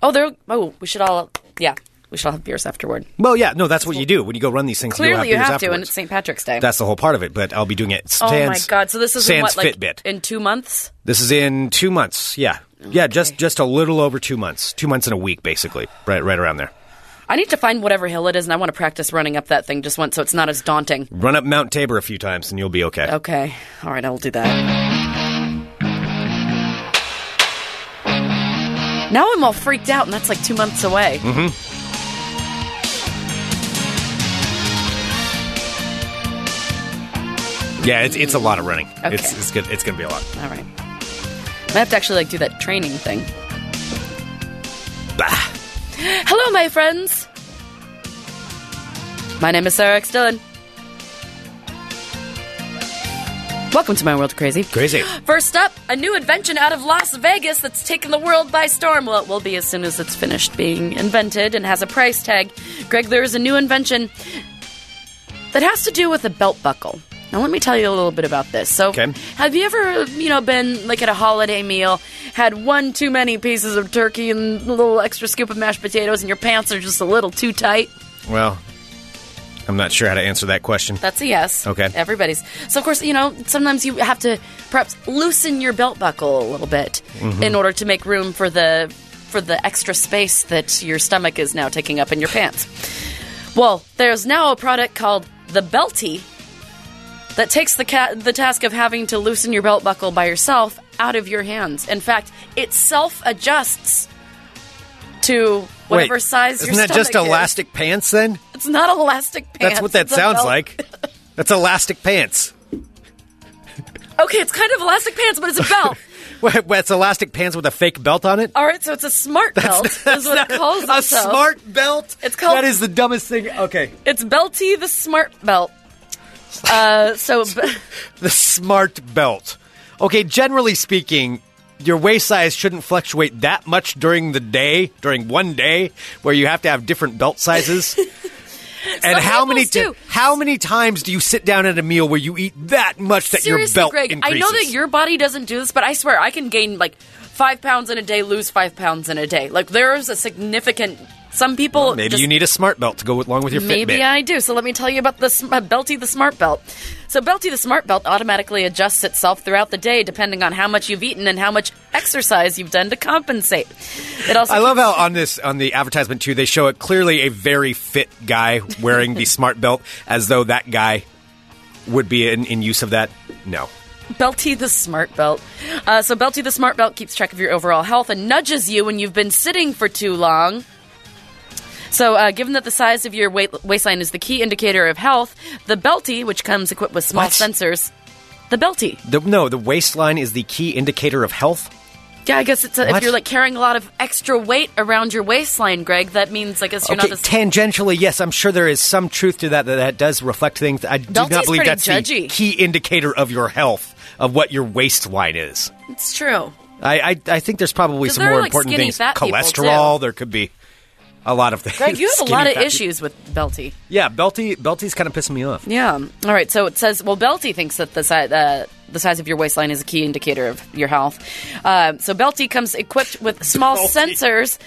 Speaker 6: Oh, they're. Oh, we should all. Yeah, we should all have beers afterward.
Speaker 5: Well, yeah, no, that's what you do when you go run these things. you'll
Speaker 6: Clearly, you
Speaker 5: beers
Speaker 6: have to, and
Speaker 5: afterwards.
Speaker 6: it's St. Patrick's Day.
Speaker 5: That's the whole part of it, but I'll be doing it.
Speaker 6: oh my
Speaker 5: Sans-
Speaker 6: God! So this is in
Speaker 5: sans
Speaker 6: what, like,
Speaker 5: Fitbit.
Speaker 6: in two months.
Speaker 5: This is in two months. Yeah, yeah, just just a little over two months, two months and a week, basically, right, right around there.
Speaker 6: I need to find whatever hill it is, and I want to practice running up that thing just once, so it's not as daunting.
Speaker 5: Run up Mount Tabor a few times, and you'll be okay.
Speaker 6: Okay, all right, I will do that. Now I'm all freaked out, and that's like two months away.
Speaker 5: Yeah, it's, it's a lot of running.
Speaker 6: Okay.
Speaker 5: It's it's good. It's gonna be a lot.
Speaker 6: All right. I have to actually like do that training thing.
Speaker 5: Bah.
Speaker 6: Hello, my friends. My name is Sarah X Dillon. Welcome to my world, crazy.
Speaker 5: Crazy.
Speaker 6: First up, a new invention out of Las Vegas that's taken the world by storm. Well, it will be as soon as it's finished being invented and has a price tag. Greg, there is a new invention that has to do with a belt buckle. Now, let me tell you a little bit about this. So,
Speaker 5: Okay.
Speaker 6: have you ever, you know, been like at a holiday meal, had one too many pieces of turkey and a little extra scoop of mashed potatoes, and your pants are just a little too tight?
Speaker 5: Well, I'm not sure how to answer that question.
Speaker 6: That's a yes.
Speaker 5: Okay.
Speaker 6: Everybody's. So, of course, you know, sometimes you have to perhaps loosen your belt buckle a little bit
Speaker 5: Mm-hmm.
Speaker 6: in order to make room for the for the extra space that your stomach is now taking up in your pants. Well, there's now a product called the Belty that takes the ca- the task of having to loosen your belt buckle by yourself out of your hands. In fact, it self adjusts to whatever
Speaker 5: Wait,
Speaker 6: size your
Speaker 5: isn't that just
Speaker 6: stomach is.
Speaker 5: elastic pants? Then
Speaker 6: It's not elastic pants.
Speaker 5: that's what that
Speaker 6: it's a
Speaker 5: sounds
Speaker 6: belt.
Speaker 5: like. That's elastic pants.
Speaker 6: Okay, it's kind of elastic pants, but it's a belt.
Speaker 5: Wait, That's elastic pants with a fake belt on it.
Speaker 6: All right, so it's a smart belt. is what it calls
Speaker 5: a
Speaker 6: itself.
Speaker 5: smart belt.
Speaker 6: It's called-
Speaker 5: That is the dumbest thing. Okay,
Speaker 6: It's Belty the smart belt. Uh, so b-
Speaker 5: the smart belt. Okay, generally speaking, your waist size shouldn't fluctuate that much during the day, during one day, where you have to have different belt sizes. and how many
Speaker 6: people's do.
Speaker 5: how many times do you sit down at a meal where you eat that much that your
Speaker 6: seriously,
Speaker 5: belt
Speaker 6: Greg,
Speaker 5: increases?
Speaker 6: I know that your body doesn't do this, but I swear I can gain like five pounds in a day, lose five pounds in a day. Like there's a significant. Some people
Speaker 5: Maybe
Speaker 6: just-
Speaker 5: you need a smart belt to go with- along with your
Speaker 6: Maybe
Speaker 5: Fitbit.
Speaker 6: I do. So let me tell you about the sm- uh, Belty the Smart Belt. So Belty the Smart Belt automatically adjusts itself throughout the day depending on how much you've eaten and how much exercise you've done to compensate. It also
Speaker 5: I love
Speaker 6: keeps-
Speaker 5: how on this on the advertisement too they show it clearly a very fit guy wearing the smart belt as though that guy would be in, in use of that. No.
Speaker 6: Belty the Smart Belt. Uh, so Belty the Smart Belt keeps track of your overall health and nudges you when you've been sitting for too long. So, uh, given that the size of your weight- waistline is the key indicator of health, the Belty, which comes equipped with small
Speaker 5: What?
Speaker 6: sensors, the Belty.
Speaker 5: The, no, the waistline is the key indicator of health.
Speaker 6: Yeah, I guess it's a,
Speaker 5: What?
Speaker 6: if you're like carrying a lot of extra weight around your waistline, Greg. That means I guess you're
Speaker 5: okay,
Speaker 6: not as
Speaker 5: tangentially, yes, I'm sure there is some truth to that. That, that does reflect things. I do not
Speaker 6: Belty's
Speaker 5: believe
Speaker 6: pretty
Speaker 5: that's the
Speaker 6: judgy.
Speaker 5: key indicator of your health, of what your waistline is.
Speaker 6: it's true.
Speaker 5: I I, I think there's probably
Speaker 6: 'Cause
Speaker 5: some
Speaker 6: there
Speaker 5: more
Speaker 6: are, like,
Speaker 5: important
Speaker 6: skinny
Speaker 5: things.
Speaker 6: fat people,
Speaker 5: Cholesterol.
Speaker 6: too.
Speaker 5: There could be a lot of things.
Speaker 6: Greg, you have a
Speaker 5: Skinny
Speaker 6: lot of
Speaker 5: fat people.
Speaker 6: issues with Belty.
Speaker 5: Yeah, Belty Belty's kind of pissing me off.
Speaker 6: Yeah. All right. So it says, well, Belty thinks that the size uh, the size of your waistline is a key indicator of your health. Uh, so Belty comes equipped with small sensors,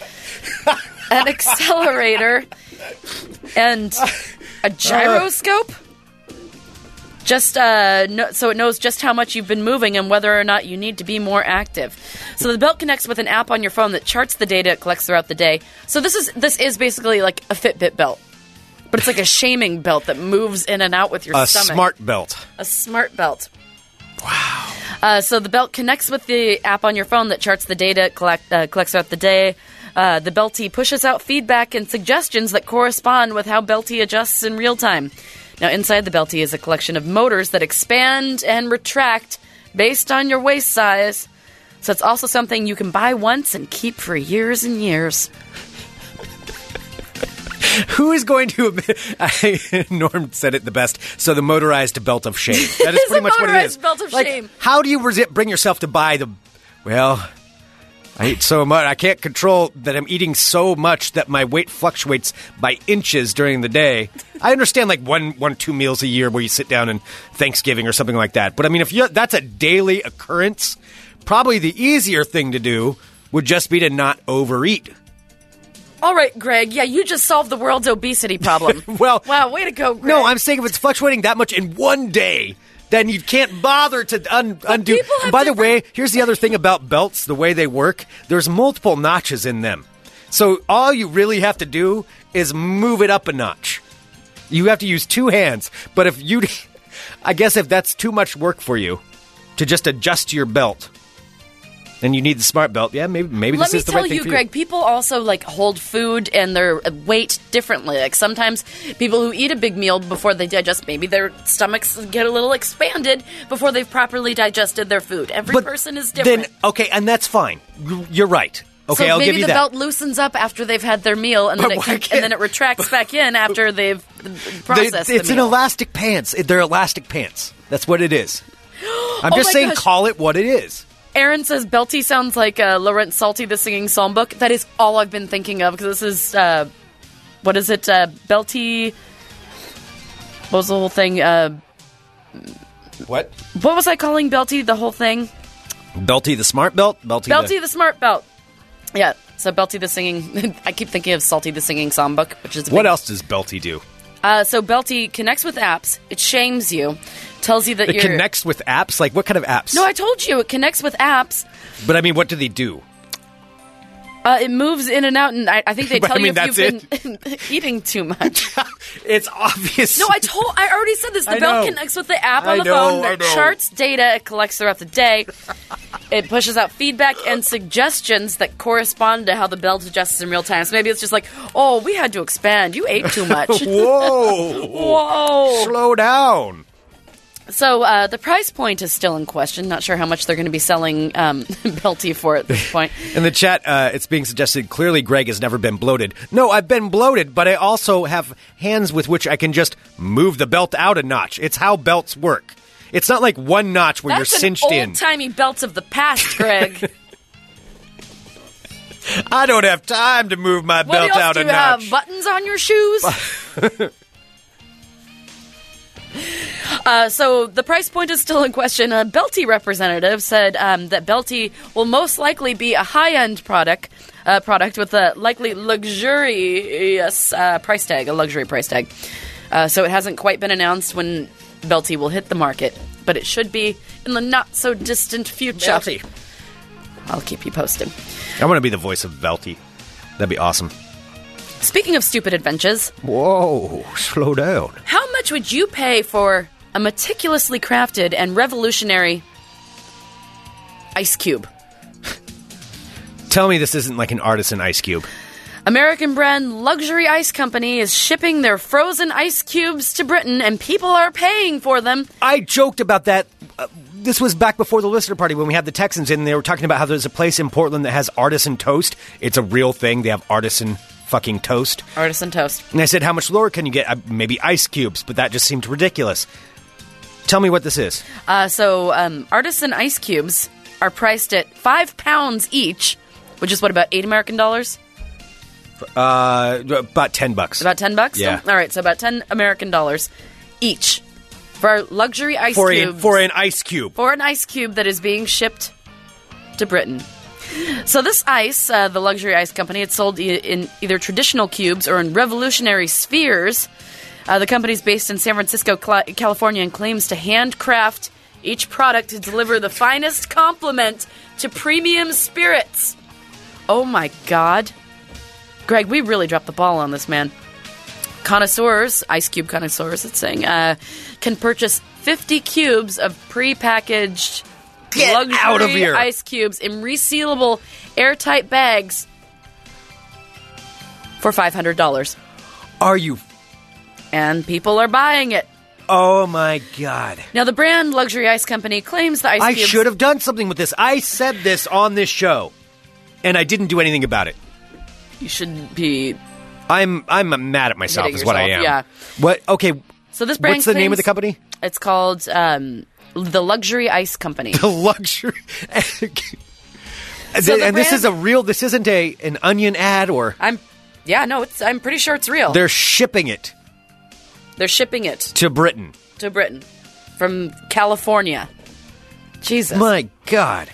Speaker 6: an accelerator, and a gyroscope. Just uh, no, so it knows just how much you've been moving and whether or not you need to be more active. So the belt connects with an app on your phone that charts the data it collects throughout the day. So this is this is basically like a Fitbit belt, but it's like a shaming belt that moves in and out with your
Speaker 5: A
Speaker 6: stomach.
Speaker 5: smart belt.
Speaker 6: a smart belt. Wow. Uh, so the belt connects with the app on your phone that charts the data it collect, uh, collects throughout the day. Uh, the Belty pushes out feedback and suggestions that correspond with how Belty adjusts in real time. Now, inside the Belty is a collection of motors that expand and retract based on your waist size. So it's also something you can buy once and keep for years and years.
Speaker 5: Who is going to? I, Norm said it the best. So the motorized belt of shame. That is
Speaker 6: It's
Speaker 5: pretty
Speaker 6: a
Speaker 5: much what it is.
Speaker 6: motorized belt of
Speaker 5: Like,
Speaker 6: shame.
Speaker 5: How do you resi- bring yourself to buy the? Well, I eat so much. I can't control that I'm eating so much that my weight fluctuates by inches during the day. I understand like one, one, two meals a year where you sit down and Thanksgiving or something like that. But I mean, if you that's a daily occurrence, probably the easier thing to do would just be to not overeat.
Speaker 6: All right, Greg. Yeah, you just solved the world's obesity problem.
Speaker 5: Well,
Speaker 6: wow, way to go, Greg.
Speaker 5: No, I'm saying if it's fluctuating that much in one day, then you can't bother to un- undo.
Speaker 6: people have
Speaker 5: And by the way,
Speaker 6: different-
Speaker 5: here's the other thing about belts, the way they work, there's multiple notches in them. So all you really have to do is move it up a notch. You have to use two hands. But if you I guess if that's too much work for you to just adjust your belt and you need the smart belt. Yeah, maybe maybe
Speaker 6: Let
Speaker 5: this
Speaker 6: me
Speaker 5: is the
Speaker 6: tell
Speaker 5: right thing
Speaker 6: you,
Speaker 5: for
Speaker 6: Greg. People also like hold food and their weight differently. Like sometimes people who eat a big meal before they digest, maybe their stomachs get a little expanded before they've properly digested their food. Every
Speaker 5: But
Speaker 6: person is different.
Speaker 5: Then okay, and that's fine. You- You're right. Okay,
Speaker 6: so
Speaker 5: I'll
Speaker 6: maybe
Speaker 5: give you
Speaker 6: the
Speaker 5: that.
Speaker 6: belt loosens up after they've had their meal, and then,
Speaker 5: But
Speaker 6: it,
Speaker 5: why
Speaker 6: can-
Speaker 5: can't-
Speaker 6: and then it retracts back in after they've
Speaker 5: They-
Speaker 6: processed.
Speaker 5: it's
Speaker 6: the
Speaker 5: an
Speaker 6: meal.
Speaker 5: elastic pants. It- They're elastic pants. That's what it is. I'm
Speaker 6: Oh
Speaker 5: just
Speaker 6: my
Speaker 5: saying,
Speaker 6: gosh.
Speaker 5: call it what it is.
Speaker 6: Aaron says Belty sounds like uh, Laurent Salty, the singing song book. That is all I've been thinking of because this is uh, what is it? Uh, Belty. What was the whole thing? Uh,
Speaker 5: What?
Speaker 6: what was I calling Belty? The whole thing?
Speaker 5: Belty the smart belt. Belty.
Speaker 6: Belty the smart belt. Yeah. So Belty the singing. I keep thinking of Salty the singing song book, which is a
Speaker 5: what
Speaker 6: big-
Speaker 5: else does Belty do?
Speaker 6: Uh, so Belty connects with apps. It shames you. Tells you that
Speaker 5: It
Speaker 6: you're.
Speaker 5: connects with apps. Like what kind of apps?
Speaker 6: No, I told you it connects with apps.
Speaker 5: but I mean, what do they do?
Speaker 6: Uh, it moves in and out, and I, I think they
Speaker 5: But,
Speaker 6: tell
Speaker 5: I
Speaker 6: you
Speaker 5: mean,
Speaker 6: if
Speaker 5: that's
Speaker 6: you've been eating too much.
Speaker 5: It's obvious.
Speaker 6: No, I told. I already said this.
Speaker 5: I
Speaker 6: The bell
Speaker 5: know.
Speaker 6: connects with the app
Speaker 5: I
Speaker 6: on the
Speaker 5: know,
Speaker 6: phone
Speaker 5: I
Speaker 6: that
Speaker 5: know.
Speaker 6: charts data it collects throughout the day. It pushes out feedback and suggestions that correspond to how the bell digests in real time. So maybe it's just like, oh, we had to expand. You ate too much.
Speaker 5: Whoa.
Speaker 6: Whoa.
Speaker 5: Slow down.
Speaker 6: So uh, the price point is still in question. Not sure how much they're going to be selling um, Belty for at this point.
Speaker 5: In the chat, uh, it's being suggested clearly Greg has never been bloated. No, I've been bloated, but I also have hands with which I can just move the belt out a notch. It's how belts work. It's not like one notch where
Speaker 6: That's
Speaker 5: you're cinched
Speaker 6: an
Speaker 5: in.
Speaker 6: old timey belt of the past, Greg.
Speaker 5: I don't have time to move my
Speaker 6: What
Speaker 5: belt
Speaker 6: else
Speaker 5: out
Speaker 6: do
Speaker 5: a
Speaker 6: you have?
Speaker 5: notch.
Speaker 6: Buttons on your shoes? uh, so the price point is still in question. A Belty representative said um, that Belty will most likely be a high-end product, uh, product with a likely luxurious uh, price tag, a luxury price tag. Uh, so it hasn't quite been announced when Belty will hit the market, but it should be in the not so distant future. I'll keep you posted.
Speaker 5: I want to be the voice of Belty. That'd be awesome.
Speaker 6: Speaking of stupid adventures,
Speaker 5: Whoa, slow down.
Speaker 6: How much would you pay for a meticulously crafted and revolutionary ice cube?
Speaker 5: Tell me this isn't like an artisan ice cube.
Speaker 6: American brand Luxury Ice Company is shipping their frozen ice cubes to Britain and people are paying for them.
Speaker 5: I joked about that. Uh, this was back before the listener party when we had the Texans in. They were talking about how there's a place in Portland that has artisan toast. It's a real thing. They have artisan fucking toast.
Speaker 6: Artisan toast.
Speaker 5: And I said, how much lower can you get? Uh, maybe ice cubes, but that just seemed ridiculous. Tell me what this is.
Speaker 6: Uh, so, um, artisan ice cubes are priced at five pounds each, which is what, about eight American dollars?
Speaker 5: Uh, about ten bucks.
Speaker 6: About 10 bucks?
Speaker 5: Yeah.
Speaker 6: All right, so about 10 American dollars each for our luxury ice
Speaker 5: for a,
Speaker 6: cubes.
Speaker 5: for an ice cube.
Speaker 6: for an ice cube that is being shipped to Britain. So this ice, uh, the luxury ice company, it's sold e- in either traditional cubes or in revolutionary spheres. Uh, the company's based in San Francisco, Cla- California, and claims to handcraft each product to deliver the finest complement to premium spirits. Oh my God, Greg, we really dropped the ball on this man connoisseurs, ice cube connoisseurs, it's saying, uh, can purchase 50 cubes of prepackaged
Speaker 5: Get
Speaker 6: luxury
Speaker 5: out of here.
Speaker 6: ice cubes in resealable, airtight bags for $500.
Speaker 5: Are you?
Speaker 6: And people are buying it.
Speaker 5: Oh my god!
Speaker 6: Now, the brand Luxury Ice Company claims the ice
Speaker 5: I
Speaker 6: cubes.
Speaker 5: should have done something with this. I said this on this show, and I didn't do anything about it.
Speaker 6: You should be.
Speaker 5: I'm I'm mad at myself
Speaker 6: Hitting
Speaker 5: is what I am.
Speaker 6: yourself, yeah.
Speaker 5: What? Okay.
Speaker 6: So this brand.
Speaker 5: What's the name of the
Speaker 6: claims-
Speaker 5: company?
Speaker 6: It's called um, the Luxury Ice Company.
Speaker 5: The luxury. and
Speaker 6: So the
Speaker 5: and this
Speaker 6: brand-
Speaker 5: is a real. This isn't a an onion ad or
Speaker 6: I'm. Yeah, no, it's. I'm pretty sure it's real.
Speaker 5: they're shipping it
Speaker 6: They're shipping it
Speaker 5: to Britain.
Speaker 6: to Britain from California. Jesus.
Speaker 5: My God.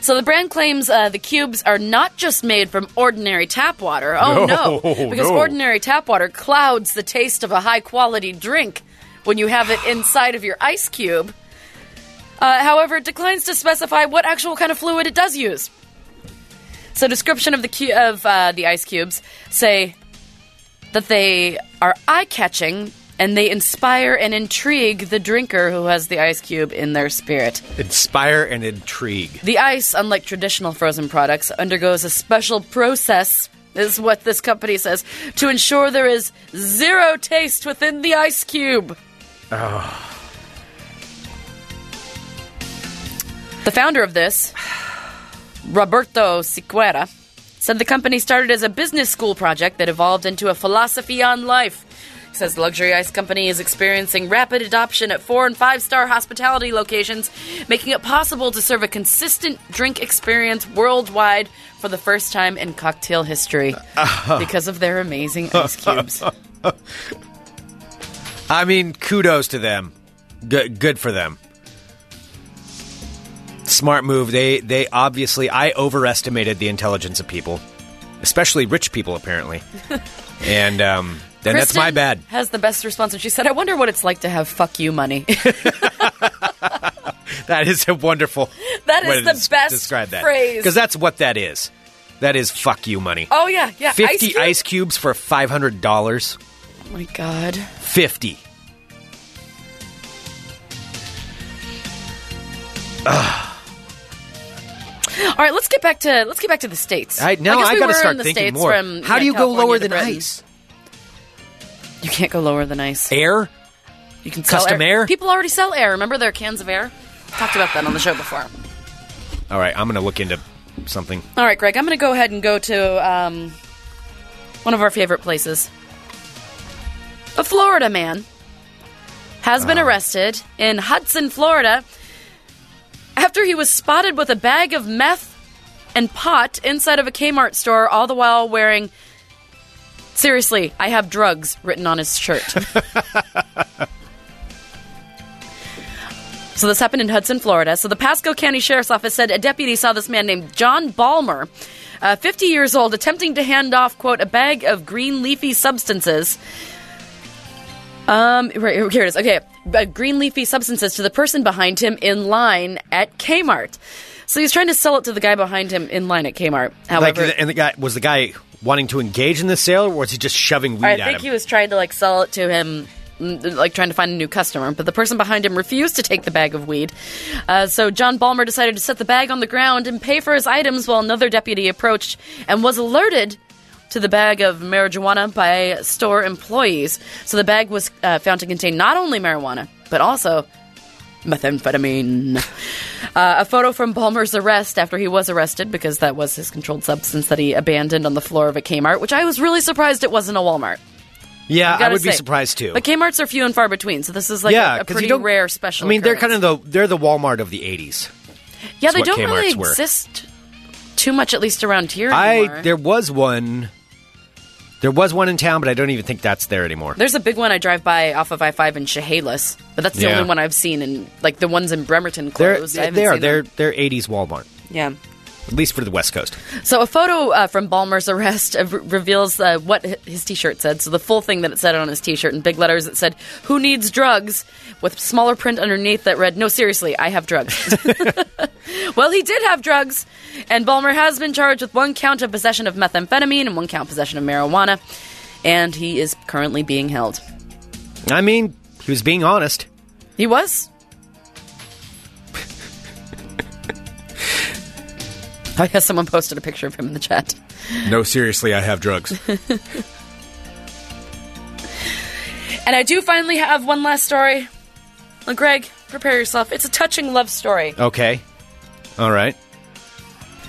Speaker 6: So the brand claims uh, the cubes are not just made from ordinary tap water. Oh no,
Speaker 5: No,
Speaker 6: because
Speaker 5: no.
Speaker 6: ordinary tap water clouds the taste of a high quality drink when you have it inside of your ice cube. Uh, however, it declines to specify what actual kind of fluid it does use. So description of the cu- of uh, the ice cubes say that they are eye catching and they inspire and intrigue the drinker who has the ice cube in their spirit.
Speaker 5: Inspire and intrigue.
Speaker 6: The ice, unlike traditional frozen products, undergoes a special process, is what this company says, to ensure there is zero taste within the ice cube. The founder of this, Roberto Siqueira, said the company started as a business school project that evolved into a philosophy on life. He says the luxury ice company is experiencing rapid adoption at four and five star hospitality locations, making it possible to serve a consistent drink experience worldwide for the first time in cocktail history because of their amazing ice cubes.
Speaker 5: I mean, kudos to them. Good, good for them. Smart move. They they obviously I overestimated the intelligence of people, especially rich people apparently. and um and that's my
Speaker 6: Kristen
Speaker 5: bad.
Speaker 6: Has the best response, and she said, "I wonder what it's like to have fuck you money."
Speaker 5: That is a wonderful.
Speaker 6: That is
Speaker 5: way to
Speaker 6: the
Speaker 5: des-
Speaker 6: best
Speaker 5: describe that.
Speaker 6: phrase.
Speaker 5: because that's what that is. That is fuck you money.
Speaker 6: oh yeah, yeah.
Speaker 5: Fifty
Speaker 6: cube?
Speaker 5: ice cubes for five hundred dollars.
Speaker 6: Oh my god.
Speaker 5: 50.
Speaker 6: All right, let's get back to let's get back to the states.
Speaker 5: I, now
Speaker 6: guess
Speaker 5: I,
Speaker 6: we
Speaker 5: got to
Speaker 6: were
Speaker 5: start
Speaker 6: in the
Speaker 5: thinking
Speaker 6: States
Speaker 5: more.
Speaker 6: From,
Speaker 5: How
Speaker 6: yeah,
Speaker 5: do you
Speaker 6: California
Speaker 5: go lower
Speaker 6: to
Speaker 5: than
Speaker 6: Britain.
Speaker 5: ice?
Speaker 6: You can't go lower than ice.
Speaker 5: Air?
Speaker 6: You can sell
Speaker 5: Custom air?
Speaker 6: People already sell air. Remember their cans of air? Talked about that on the show before.
Speaker 5: All right, I'm going to look into something.
Speaker 6: All right, Greg, I'm going to go ahead and go to um, one of our favorite places. A Florida man has been arrested in Hudson, Florida, after he was spotted with a bag of meth and pot inside of a Kmart store, all the while wearing. Seriously, I have drugs written on his shirt. So this happened in Hudson, Florida. So the Pasco County Sheriff's Office said a deputy saw this man named John Balmer, uh, 50 years old, attempting to hand off quote a bag of green leafy substances. Um, right, here it is. Okay, uh, green leafy substances to the person behind him in line at Kmart. So he's trying to sell it to the guy behind him in line at Kmart.
Speaker 5: Like,
Speaker 6: However,
Speaker 5: and the guy was the guy wanting to engage in the sale, or was he just shoving weed
Speaker 6: I
Speaker 5: at
Speaker 6: think
Speaker 5: him?
Speaker 6: he was trying to like sell it to him, mm, like trying to find a new customer. But the person behind him refused to take the bag of weed. Uh, so John Balmer decided to set the bag on the ground and pay for his items while another deputy approached and was alerted to the bag of marijuana by store employees. So the bag was uh, found to contain not only marijuana but also methamphetamine. Uh, a photo from Balmer's arrest after he was arrested because that was his controlled substance that he abandoned on the floor of a Kmart, which I was really surprised it wasn't a Walmart.
Speaker 5: yeah, I
Speaker 6: gotta
Speaker 5: would be
Speaker 6: say.
Speaker 5: surprised too.
Speaker 6: But Kmart's are few and far between, so this is like
Speaker 5: yeah,
Speaker 6: a, a
Speaker 5: 'cause you
Speaker 6: pretty
Speaker 5: don't-
Speaker 6: rare special.
Speaker 5: I mean, they're
Speaker 6: occurrence.
Speaker 5: kind of the they're the Walmart of the '80s.
Speaker 6: yeah, they
Speaker 5: what
Speaker 6: don't really
Speaker 5: Kmart's were.
Speaker 6: exist too much, at least around here.
Speaker 5: I
Speaker 6: anymore.
Speaker 5: there was one, there was one in town, but I don't even think that's there anymore.
Speaker 6: There's a big one I drive by off of I five in Chehalis, but that's the
Speaker 5: Yeah.
Speaker 6: only one I've seen. And like the ones in Bremerton
Speaker 5: They're,
Speaker 6: closed. I
Speaker 5: they're,
Speaker 6: haven't
Speaker 5: they are
Speaker 6: seen
Speaker 5: they're
Speaker 6: them.
Speaker 5: they're '80s Walmart,
Speaker 6: yeah.
Speaker 5: at least for the West Coast.
Speaker 6: So a photo uh, from Balmer's arrest uh, re- reveals uh, what hi- his T-shirt said. So the full thing that it said on his T-shirt in big letters, it said "Who needs drugs?" with smaller print underneath that read "No, seriously, I have drugs." well, he did have drugs, and Balmer has been charged with one count of possession of methamphetamine and one count possession of marijuana, and he is currently being held.
Speaker 5: I mean, he was being honest.
Speaker 6: He was. I guess someone posted a picture of him in the chat.
Speaker 5: No, seriously, I have drugs.
Speaker 6: And I do finally have one last story. Well, Greg, prepare yourself. It's a touching love story
Speaker 5: okay, all right.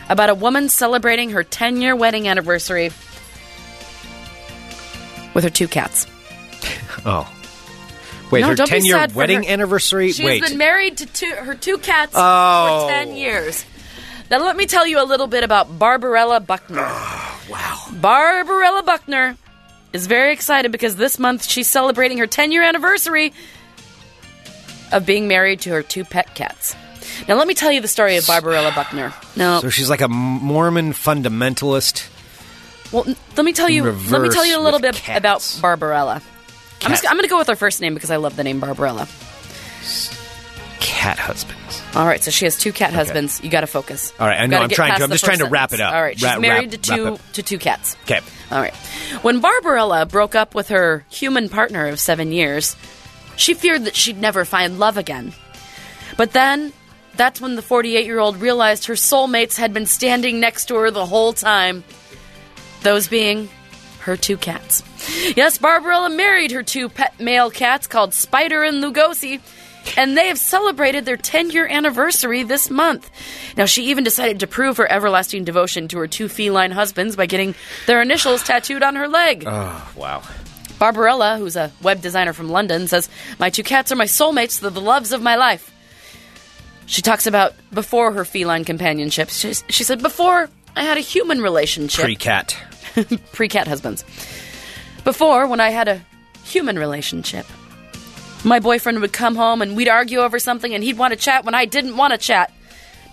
Speaker 6: about a woman celebrating her 10 year wedding anniversary with her two cats.
Speaker 5: Oh, wait,
Speaker 6: No,
Speaker 5: her
Speaker 6: don't be
Speaker 5: ten-year
Speaker 6: sad for
Speaker 5: wedding
Speaker 6: her.
Speaker 5: anniversary.
Speaker 6: She's
Speaker 5: wait,
Speaker 6: been married to two, her two cats
Speaker 5: Oh.
Speaker 6: for 10 years. Now, let me tell you a little bit about Barbarella Buckner.
Speaker 5: Ah,
Speaker 6: wow. Barbarella Buckner is very excited because this month she's celebrating her 10 year anniversary of being married to her two pet cats. Now, let me tell you the story of Barbarella Buckner. No,
Speaker 5: so she's like a Mormon fundamentalist.
Speaker 6: well, n- let me tell you. Let me
Speaker 5: reverse
Speaker 6: tell you a little
Speaker 5: with
Speaker 6: bit about
Speaker 5: cats.
Speaker 6: Barbarella. I'm, just,
Speaker 5: Cat-
Speaker 6: I'm going to go with her first name because I love the name Barbarella.
Speaker 5: cat husbands.
Speaker 6: All right, so she has two cat husbands. You got to focus.
Speaker 5: All right, I know,
Speaker 6: Gotta
Speaker 5: I'm
Speaker 6: get
Speaker 5: trying to.
Speaker 6: past
Speaker 5: I'm
Speaker 6: the
Speaker 5: just trying
Speaker 6: first
Speaker 5: to wrap it
Speaker 6: sentence.
Speaker 5: up.
Speaker 6: All right, she's
Speaker 5: Ra-
Speaker 6: married
Speaker 5: wrap-
Speaker 6: to
Speaker 5: wrap
Speaker 6: two
Speaker 5: up.
Speaker 6: to two cats.
Speaker 5: Okay.
Speaker 6: All right. When Barbarella broke up with her human partner of seven years, she feared that she'd never find love again. But then, that's when the 48 year old realized her soulmates had been standing next to her the whole time. Those being her two cats. Yes, Barbarella married her two pet male cats called Spider and Lugosi, and they have celebrated their 10 year anniversary this month. Now, she even decided to prove her everlasting devotion to her two feline husbands by getting their initials tattooed on her leg.
Speaker 5: Wow.
Speaker 6: Barbarella, who's a web designer from London, says, My two cats are my soulmates, they're the loves of my life. She talks about before her feline companionship. She, she said, Before I had a human relationship
Speaker 5: Pre cat.
Speaker 6: pre cat husbands. Before, when I had a human relationship, my boyfriend would come home and we'd argue over something and he'd want to chat when I didn't want to chat.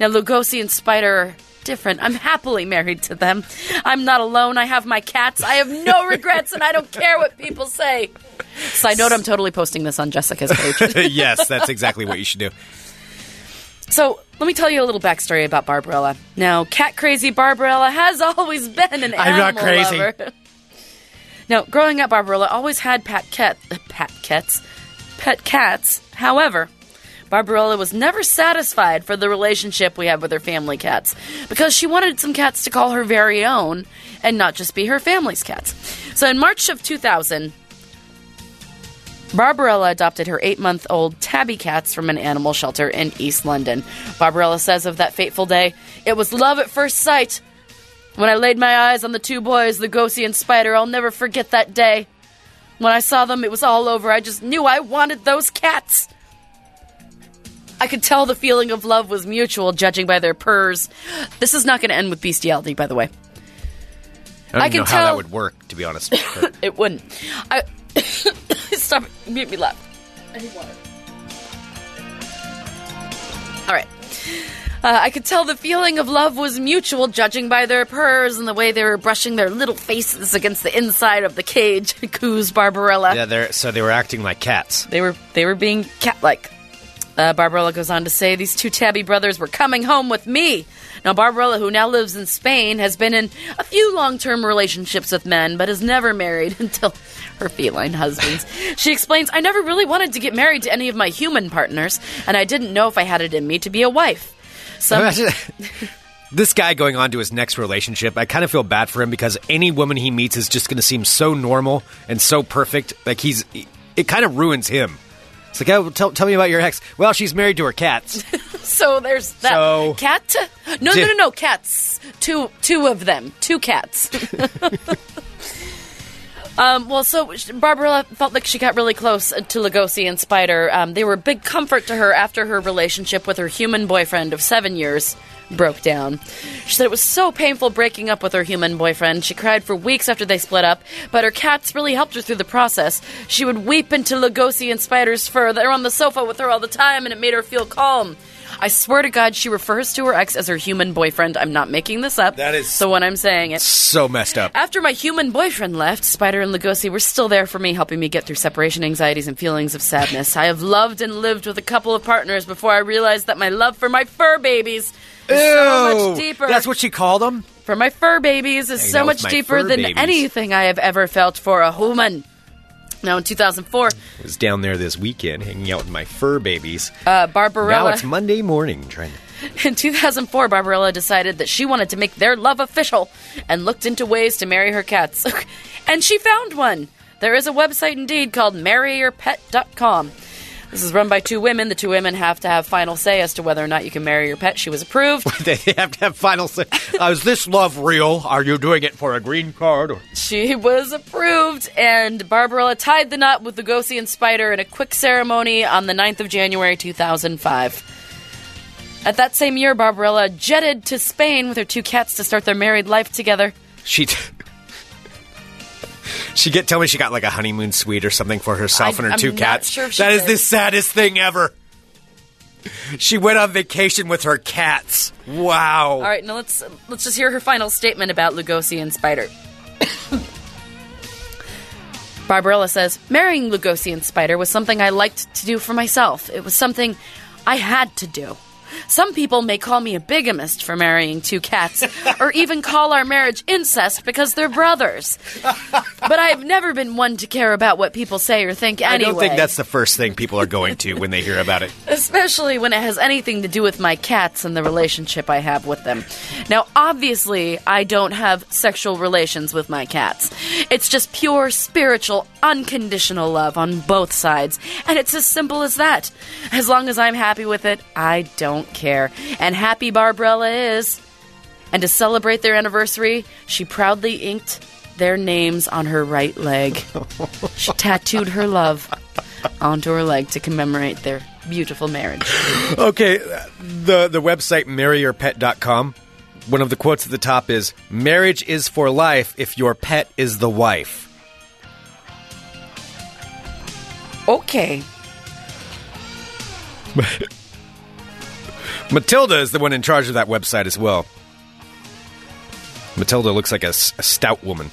Speaker 6: Now, Lugosi and Spider are different. I'm happily married to them. I'm not alone. I have my cats. I have no regrets and I don't care what people say. Side note, I'm totally posting this on Jessica's page.
Speaker 5: yes, that's exactly what you should do.
Speaker 6: so, let me tell you a little backstory about Barbarella. Now, cat crazy Barbarella has always been an
Speaker 5: I'm
Speaker 6: animal
Speaker 5: not crazy.
Speaker 6: lover. Now, growing up, Barbarella always had pet cat, pet cats, pet cats. However, Barbarella was never satisfied for the relationship we have with her family cats because she wanted some cats to call her very own and not just be her family's cats. So, in March of 2000, Barbarella adopted her eight month old tabby cats from an animal shelter in East London. Barbarella says of that fateful day, it was love at first sight. When I laid my eyes on the two boys, Lugosi and Spider, I'll never forget that day. When I saw them, it was all over. I just knew I wanted those cats. I could tell the feeling of love was mutual, judging by their purrs. This is not going to end with bestiality, by the way.
Speaker 5: I don't
Speaker 6: I can
Speaker 5: even know how that
Speaker 6: tell-
Speaker 5: would work, to be honest. But
Speaker 6: It wouldn't. I stop. It. You Made me laugh. I need water. All right. Uh, I could tell the feeling of love was mutual, judging by their purrs and the way they were brushing their little faces against the inside of the cage. Coos Barbarella.
Speaker 5: yeah, they're, so they were acting like cats.
Speaker 6: They were they were being cat-like. Uh, Barbarella goes on to say these two tabby brothers were coming home with me. Now Barbarella, who now lives in Spain, has been in a few long-term relationships with men, but is never married until her feline husbands. she explains, "I never really wanted to get married to any of my human partners, and I didn't know if I had it in me to be a wife." Some,
Speaker 5: Imagine- this guy going on to his next relationship, I kind of feel bad for him because any woman he meets is just going to seem so normal and so perfect. Like he's, it kind of ruins him. It's like, oh, tell, tell me about your ex. Well, she's married to her cats.
Speaker 6: so there's that
Speaker 5: So-
Speaker 6: cat. No,
Speaker 5: Di-
Speaker 6: no, no, no, cats. Two, two of them. Two cats. Um, well, so sh- Barbarella felt like she got really close to Lugosi and Spider. Um, they were a big comfort to her after her relationship with her human boyfriend of seven years broke down. She said it was so painful breaking up with her human boyfriend. She cried for weeks after they split up, but her cats really helped her through the process. She would weep into Lugosi and Spider's fur. They were on the sofa with her all the time, and it made her feel calm. I swear to God, she refers to her ex as her human boyfriend. I'm not making this up.
Speaker 5: That is-
Speaker 6: so when I'm saying it.
Speaker 5: so messed up.
Speaker 6: After my human boyfriend left, Spider and Lugosi were still there for me, helping me get through separation anxieties and feelings of sadness. I have loved and lived with a couple of partners before I realized that my love for my fur babies is so
Speaker 5: Ew.
Speaker 6: much deeper.
Speaker 5: That's what she called him.
Speaker 6: for my fur babies is
Speaker 5: Hanging
Speaker 6: so
Speaker 5: out with
Speaker 6: much
Speaker 5: my
Speaker 6: deeper
Speaker 5: fur
Speaker 6: than
Speaker 5: babies.
Speaker 6: anything I have ever felt for a human. Now, in 2004,
Speaker 5: Was down there this weekend hanging out with my fur babies.
Speaker 6: uh,
Speaker 5: now
Speaker 6: Barbarella.
Speaker 5: it's Monday morning. Trying to
Speaker 6: In 2004, Barbarella decided that she wanted to make their love official and looked into ways to marry her cats. and she found one. There is a website indeed called marryyourpet.com. This is run by two women. The two women have to have final say as to whether or not you can marry your pet. She was approved.
Speaker 5: they have to have final say. Uh, is this love real? Are you doing it for a green card? Or-
Speaker 6: She was approved, and Barbarella tied the knot with the Gossian spider in a quick ceremony on the 9th of January 2005. At that same year, Barbarella jetted to Spain with her two cats to start their married life together.
Speaker 5: she she get tell me she got like a honeymoon suite or something for herself
Speaker 6: I-
Speaker 5: and her
Speaker 6: I'm
Speaker 5: two
Speaker 6: not
Speaker 5: cats.
Speaker 6: sure if she
Speaker 5: That is
Speaker 6: did.
Speaker 5: the saddest thing ever. She went on vacation with her cats. Wow.
Speaker 6: All right, now let's let's just hear her final statement about Lugosi and Spider. Barbarella says, "Marrying Lugosi and Spider was something I liked to do for myself. It was something I had to do. Some people may call me a bigamist for marrying two cats, or even call our marriage incest because they're brothers. But I've never been one to care about what people say or think anyway.
Speaker 5: I don't think that's the first thing people are going to when they hear about it.
Speaker 6: Especially when it has anything to do with my cats and the relationship I have with them. Now, obviously, I don't have sexual relations with my cats. It's just pure, spiritual, unconditional love on both sides. And it's as simple as that. As long as I'm happy with it, I don't care. And happy Barbarella is. And to celebrate their anniversary, she proudly inked their names on her right leg. She tattooed her love onto her leg to commemorate their beautiful marriage.
Speaker 5: Okay, the the website marryyourpet.com. One of the quotes at the top is marriage is for life if your pet is the wife.
Speaker 6: Okay.
Speaker 5: Matilda is the one in charge of that website as well. Matilda looks like a, s- a stout woman.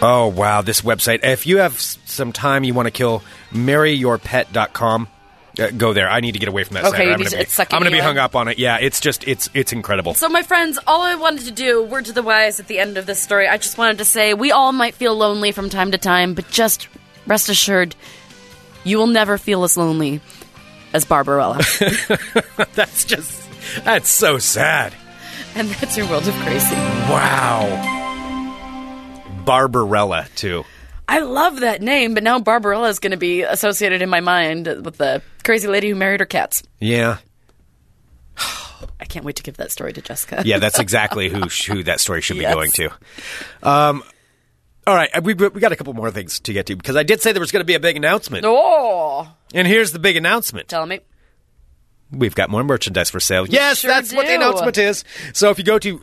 Speaker 5: Oh, wow, this website. If you have s- some time you want to kill, marryyourpet.com. Uh, go there. I need to get away from that
Speaker 6: Okay,
Speaker 5: site.
Speaker 6: you
Speaker 5: I'm
Speaker 6: need
Speaker 5: gonna
Speaker 6: to-
Speaker 5: be-
Speaker 6: it's sucking
Speaker 5: I'm going to
Speaker 6: you
Speaker 5: be hung
Speaker 6: in.
Speaker 5: up on it. Yeah, it's just, it's it's incredible.
Speaker 6: So, my friends, all I wanted to do, word to the wise at the end of this story, I just wanted to say we all might feel lonely from time to time, but just rest assured, you will never feel as lonely as Barbarella.
Speaker 5: that's just, that's so sad.
Speaker 6: and that's your world of crazy.
Speaker 5: Wow. Barbarella, too.
Speaker 6: I love that name, but now Barbarella is going to be associated in my mind with the crazy lady who married her cats.
Speaker 5: Yeah.
Speaker 6: I can't wait to give that story to Jessica.
Speaker 5: Yeah, that's exactly who who that story should be
Speaker 6: Yes.
Speaker 5: going to. Um, all right, we we got a couple more things to get to because I did say there was going to be a big announcement,
Speaker 6: Oh,
Speaker 5: and here's the big announcement.
Speaker 6: tell me.
Speaker 5: We've got more merchandise for sale. Yes,
Speaker 6: sure
Speaker 5: that's what the
Speaker 6: do.
Speaker 5: announcement is. So if you go to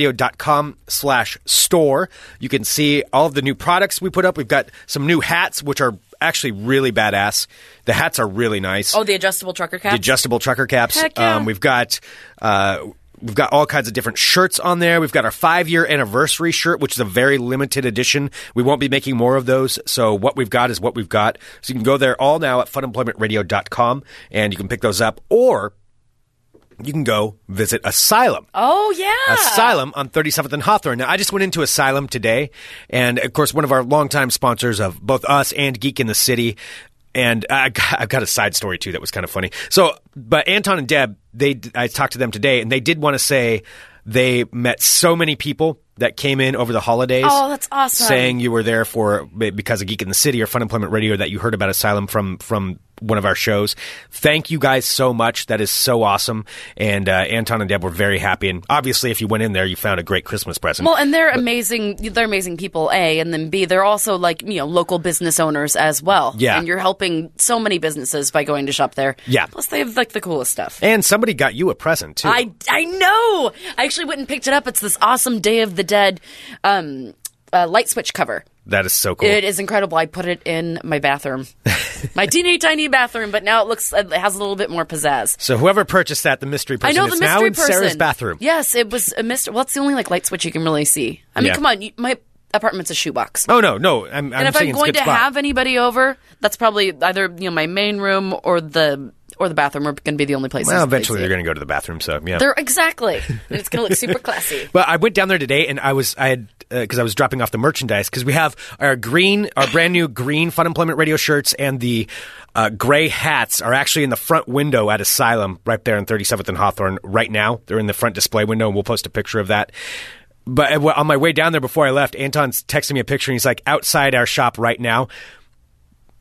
Speaker 5: funemploymentradio.com slash store, you can see all of the new products we put up. We've got some new hats, which are actually really badass. The hats are really nice.
Speaker 6: Oh, the adjustable trucker cap.
Speaker 5: the adjustable trucker caps.
Speaker 6: Heck yeah.
Speaker 5: um, we've got. Uh, We've got all kinds of different shirts on there. We've got our five year anniversary shirt, which is a very limited edition. We won't be making more of those. So, what we've got is what we've got. So, you can go there all now at funemploymentradio.com and you can pick those up, or you can go visit Asylum.
Speaker 6: oh yeah.
Speaker 5: Asylum on 37th and Hawthorne. Now, I just went into Asylum today, and of course, one of our longtime sponsors of both us and Geek in the City. And I got, I've got a side story too that was kind of funny. So, but Anton and Deb, they I talked to them today, and they did want to say they met so many people that came in over the holidays.
Speaker 6: Oh, that's awesome.
Speaker 5: Saying you were there for because of Geek in the City or Fun Employment Radio that you heard about Asylum from from one of our shows. Thank you guys so much. That is so awesome. And uh, Anton and Deb were very happy. And obviously, if you went in there, you found a great Christmas present.
Speaker 6: Well, and they're amazing. They're amazing people. A and then B. They're also like you know local business owners as well.
Speaker 5: Yeah.
Speaker 6: And you're helping so many businesses by going to shop there.
Speaker 5: Yeah.
Speaker 6: Plus, they have like the coolest stuff.
Speaker 5: and somebody got you a present too.
Speaker 6: I, I know. I actually went and picked it up. It's this awesome Day of the Dead um, uh, light switch cover.
Speaker 5: that is so cool.
Speaker 6: It is incredible. I put it in my bathroom, my teeny tiny bathroom. But now it looks it has a little bit more pizzazz.
Speaker 5: so whoever purchased that, the mystery
Speaker 6: I
Speaker 5: person,
Speaker 6: know
Speaker 5: is
Speaker 6: the
Speaker 5: now
Speaker 6: mystery
Speaker 5: in
Speaker 6: person.
Speaker 5: Sarah's bathroom.
Speaker 6: Yes, it was a mystery. Well, it's the only like light switch you can really see. I mean,
Speaker 5: Yeah.
Speaker 6: come on, you, my apartment's a shoebox.
Speaker 5: Oh no, no! I'm,
Speaker 6: and
Speaker 5: I'm
Speaker 6: if I'm
Speaker 5: saying it's a
Speaker 6: going
Speaker 5: good
Speaker 6: to
Speaker 5: spot.
Speaker 6: have anybody over, that's probably either you know my main room or the or the bathroom are going to be the only places.
Speaker 5: well,
Speaker 6: that they
Speaker 5: eventually
Speaker 6: see
Speaker 5: they're
Speaker 6: it.
Speaker 5: going to go to the bathroom. So yeah,
Speaker 6: They're exactly. And it's going to look super classy.
Speaker 5: Well, I went down there today, and I was I had because I was dropping off the merchandise because we have our green, our brand new green Fun Employment Radio shirts, and the uh, gray hats are actually in the front window at Asylum, right there in 37th and Hawthorne. Right now, they're in the front display window, and we'll post a picture of that. But uh, well, on my way down there before I left, Anton's texting me a picture, and he's like, "Outside our shop right now."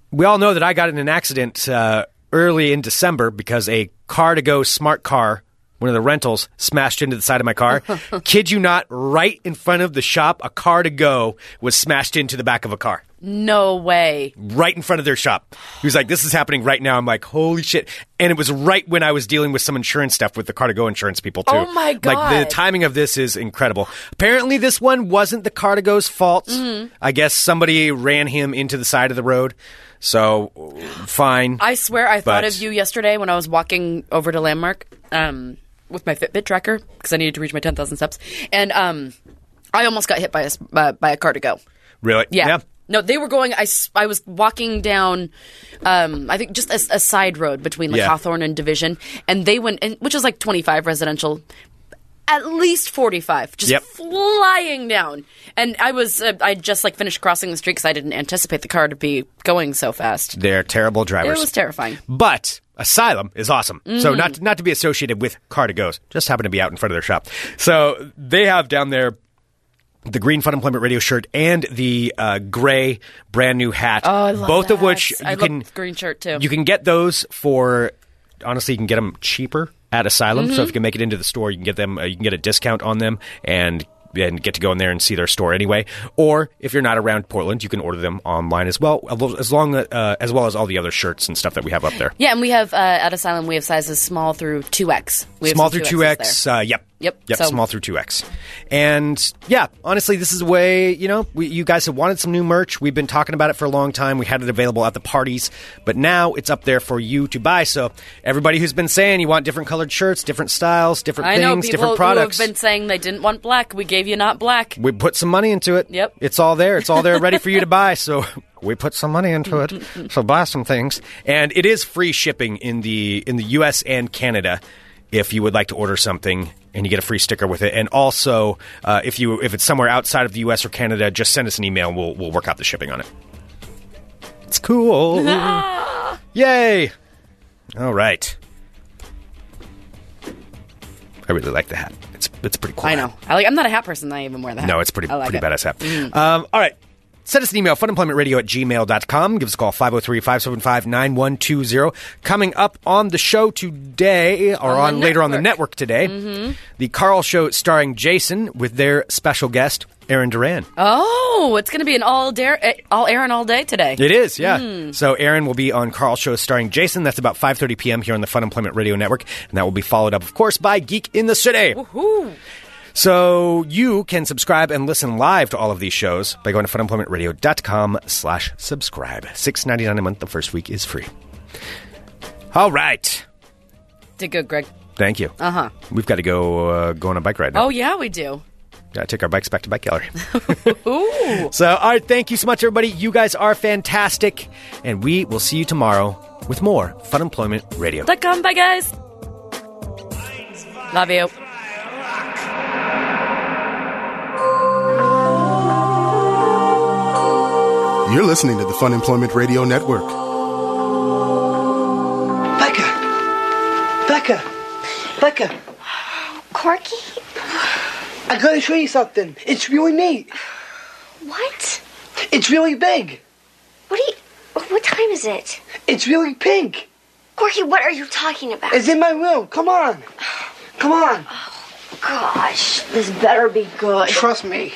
Speaker 5: we all know that I got in an accident uh, early in December because a car to go smart car, one of the rentals, smashed into the side of my car. Kid you not, right in front of the shop, a car to go was smashed into the back of a car,
Speaker 6: No way.
Speaker 5: right in front of their shop. He was like, This is happening right now. I'm like, Holy shit. And it was right when I was dealing with some insurance stuff with the car to go insurance people, too.
Speaker 6: Oh, my
Speaker 5: Like,
Speaker 6: God.
Speaker 5: the timing of this is incredible. Apparently, this one wasn't the car to go's fault.
Speaker 6: Mm-hmm.
Speaker 5: I guess somebody ran him into the side of the road. So, fine.
Speaker 6: I swear I thought
Speaker 5: But-
Speaker 6: of you yesterday when I was walking over to Landmark um, with my Fitbit tracker because I needed to reach my 10,000 steps. And um, I almost got hit uh, by a, s- by, by a car to go.
Speaker 5: Really?
Speaker 6: Yeah. No, they were going. I, s- I was walking down, um, I think just a, a side road between like
Speaker 5: Yeah.
Speaker 6: Hawthorne and Division, and they went, and, which is like 25 residential, at least 45, just
Speaker 5: Yep.
Speaker 6: flying down. And I was, uh, I just like finished crossing the street because I didn't anticipate the car to be going so fast.
Speaker 5: They're terrible
Speaker 6: It
Speaker 5: drivers.
Speaker 6: was terrifying.
Speaker 5: But Asylum is awesome.
Speaker 6: Mm.
Speaker 5: So not not to be associated with Car to Goes, just happen to be out in front of their shop. So they have down there the green Fun Employment Radio shirt and the uh, gray brand new hat.
Speaker 6: Oh, I love
Speaker 5: both of
Speaker 6: that.
Speaker 5: which you
Speaker 6: I love
Speaker 5: can
Speaker 6: the green shirt, too.
Speaker 5: You can get those for honestly, you can get them cheaper at Asylum. So if you can make it into the store, you can get them. Uh, you can get a discount on them and. And get to go in there and see their store anyway. Or if you're not around Portland, you can order them online as well, as long uh, as well as all the other shirts and stuff that we have up there.
Speaker 6: Yeah, and we have uh, at Asylum, we have sizes small through 2X. We have
Speaker 5: small
Speaker 6: some
Speaker 5: through two X.
Speaker 6: 2Xs
Speaker 5: Uh, yep.
Speaker 6: Yep,
Speaker 5: Yep.
Speaker 6: so-
Speaker 5: Small through two X. And yeah, honestly, this is a way. You know, we, you guys have wanted some new merch. We've been talking about it for a long time. We had it available at the parties, but now it's up there for you to buy. So everybody who's been saying you want different colored shirts, different styles, different
Speaker 6: I
Speaker 5: things,
Speaker 6: know people
Speaker 5: different
Speaker 6: who have
Speaker 5: products.
Speaker 6: been saying they didn't want black. We gave you not black.
Speaker 5: we put some money into it.
Speaker 6: Yep.
Speaker 5: It's all there. It's all there ready for you to buy. So we put some money into it. so buy some things. And it is free shipping in the in the US and Canada if you would like to order something and you get a free sticker with it. And also uh, if you if it's somewhere outside of the US or Canada, just send us an email and we'll we'll work out the shipping on it. It's cool. Yay. All right. I really like the hat. It's it's a pretty cool.
Speaker 6: I
Speaker 5: hat.
Speaker 6: know. I like. I'm not a hat person. I even wear the hat.
Speaker 5: No, it's pretty
Speaker 6: I like
Speaker 5: pretty
Speaker 6: it. Mm-hmm.
Speaker 5: badass app. Um, all right. Send us an email, funemploymentradio at gmail.com. Give us a call, 503 575 9120. Coming up on the show today, or on,
Speaker 6: the
Speaker 5: later on the
Speaker 6: network. Mm-hmm.
Speaker 5: network today, the Carl Show starring Jason with their special guest, Aaron Duran.
Speaker 6: Oh, it's going to be an all dare, eh, all air and all day today.
Speaker 5: It is, yeah.
Speaker 6: Mm.
Speaker 5: So Aaron will be on Carl Show starring Jason. That's about 5.30 p.m. here on the Fun Employment Radio Network. And that will be followed up, of course, by Geek in the City.
Speaker 6: Woohoo.
Speaker 5: So you can subscribe and listen live to all of these shows by going to funemploymentradio.com slash subscribe. Six ninety nine a month. The first week is free. All right.
Speaker 6: Did good, Greg.
Speaker 5: Thank you.
Speaker 6: Uh-huh.
Speaker 5: We've got to go uh, go on a bike ride now.
Speaker 6: Oh yeah, we do.
Speaker 5: Gotta take our bikes back to bike gallery. So all right, thank you so much, everybody. You guys are fantastic. And we will see you tomorrow with more Fun Employment Radio.
Speaker 6: Dot com. Bye guys. Love you.
Speaker 1: You're listening to the Fun Employment Radio Network.
Speaker 7: Becca! Becca! Becca!
Speaker 8: Corky?
Speaker 7: I gotta show you something. It's really neat.
Speaker 8: What?
Speaker 7: It's really big.
Speaker 8: What are you. What time is it?
Speaker 7: It's really pink.
Speaker 8: Corky, what are you talking about?
Speaker 7: It's in my room. Come on. Come on.
Speaker 8: Gosh, this better be good.
Speaker 7: Trust me.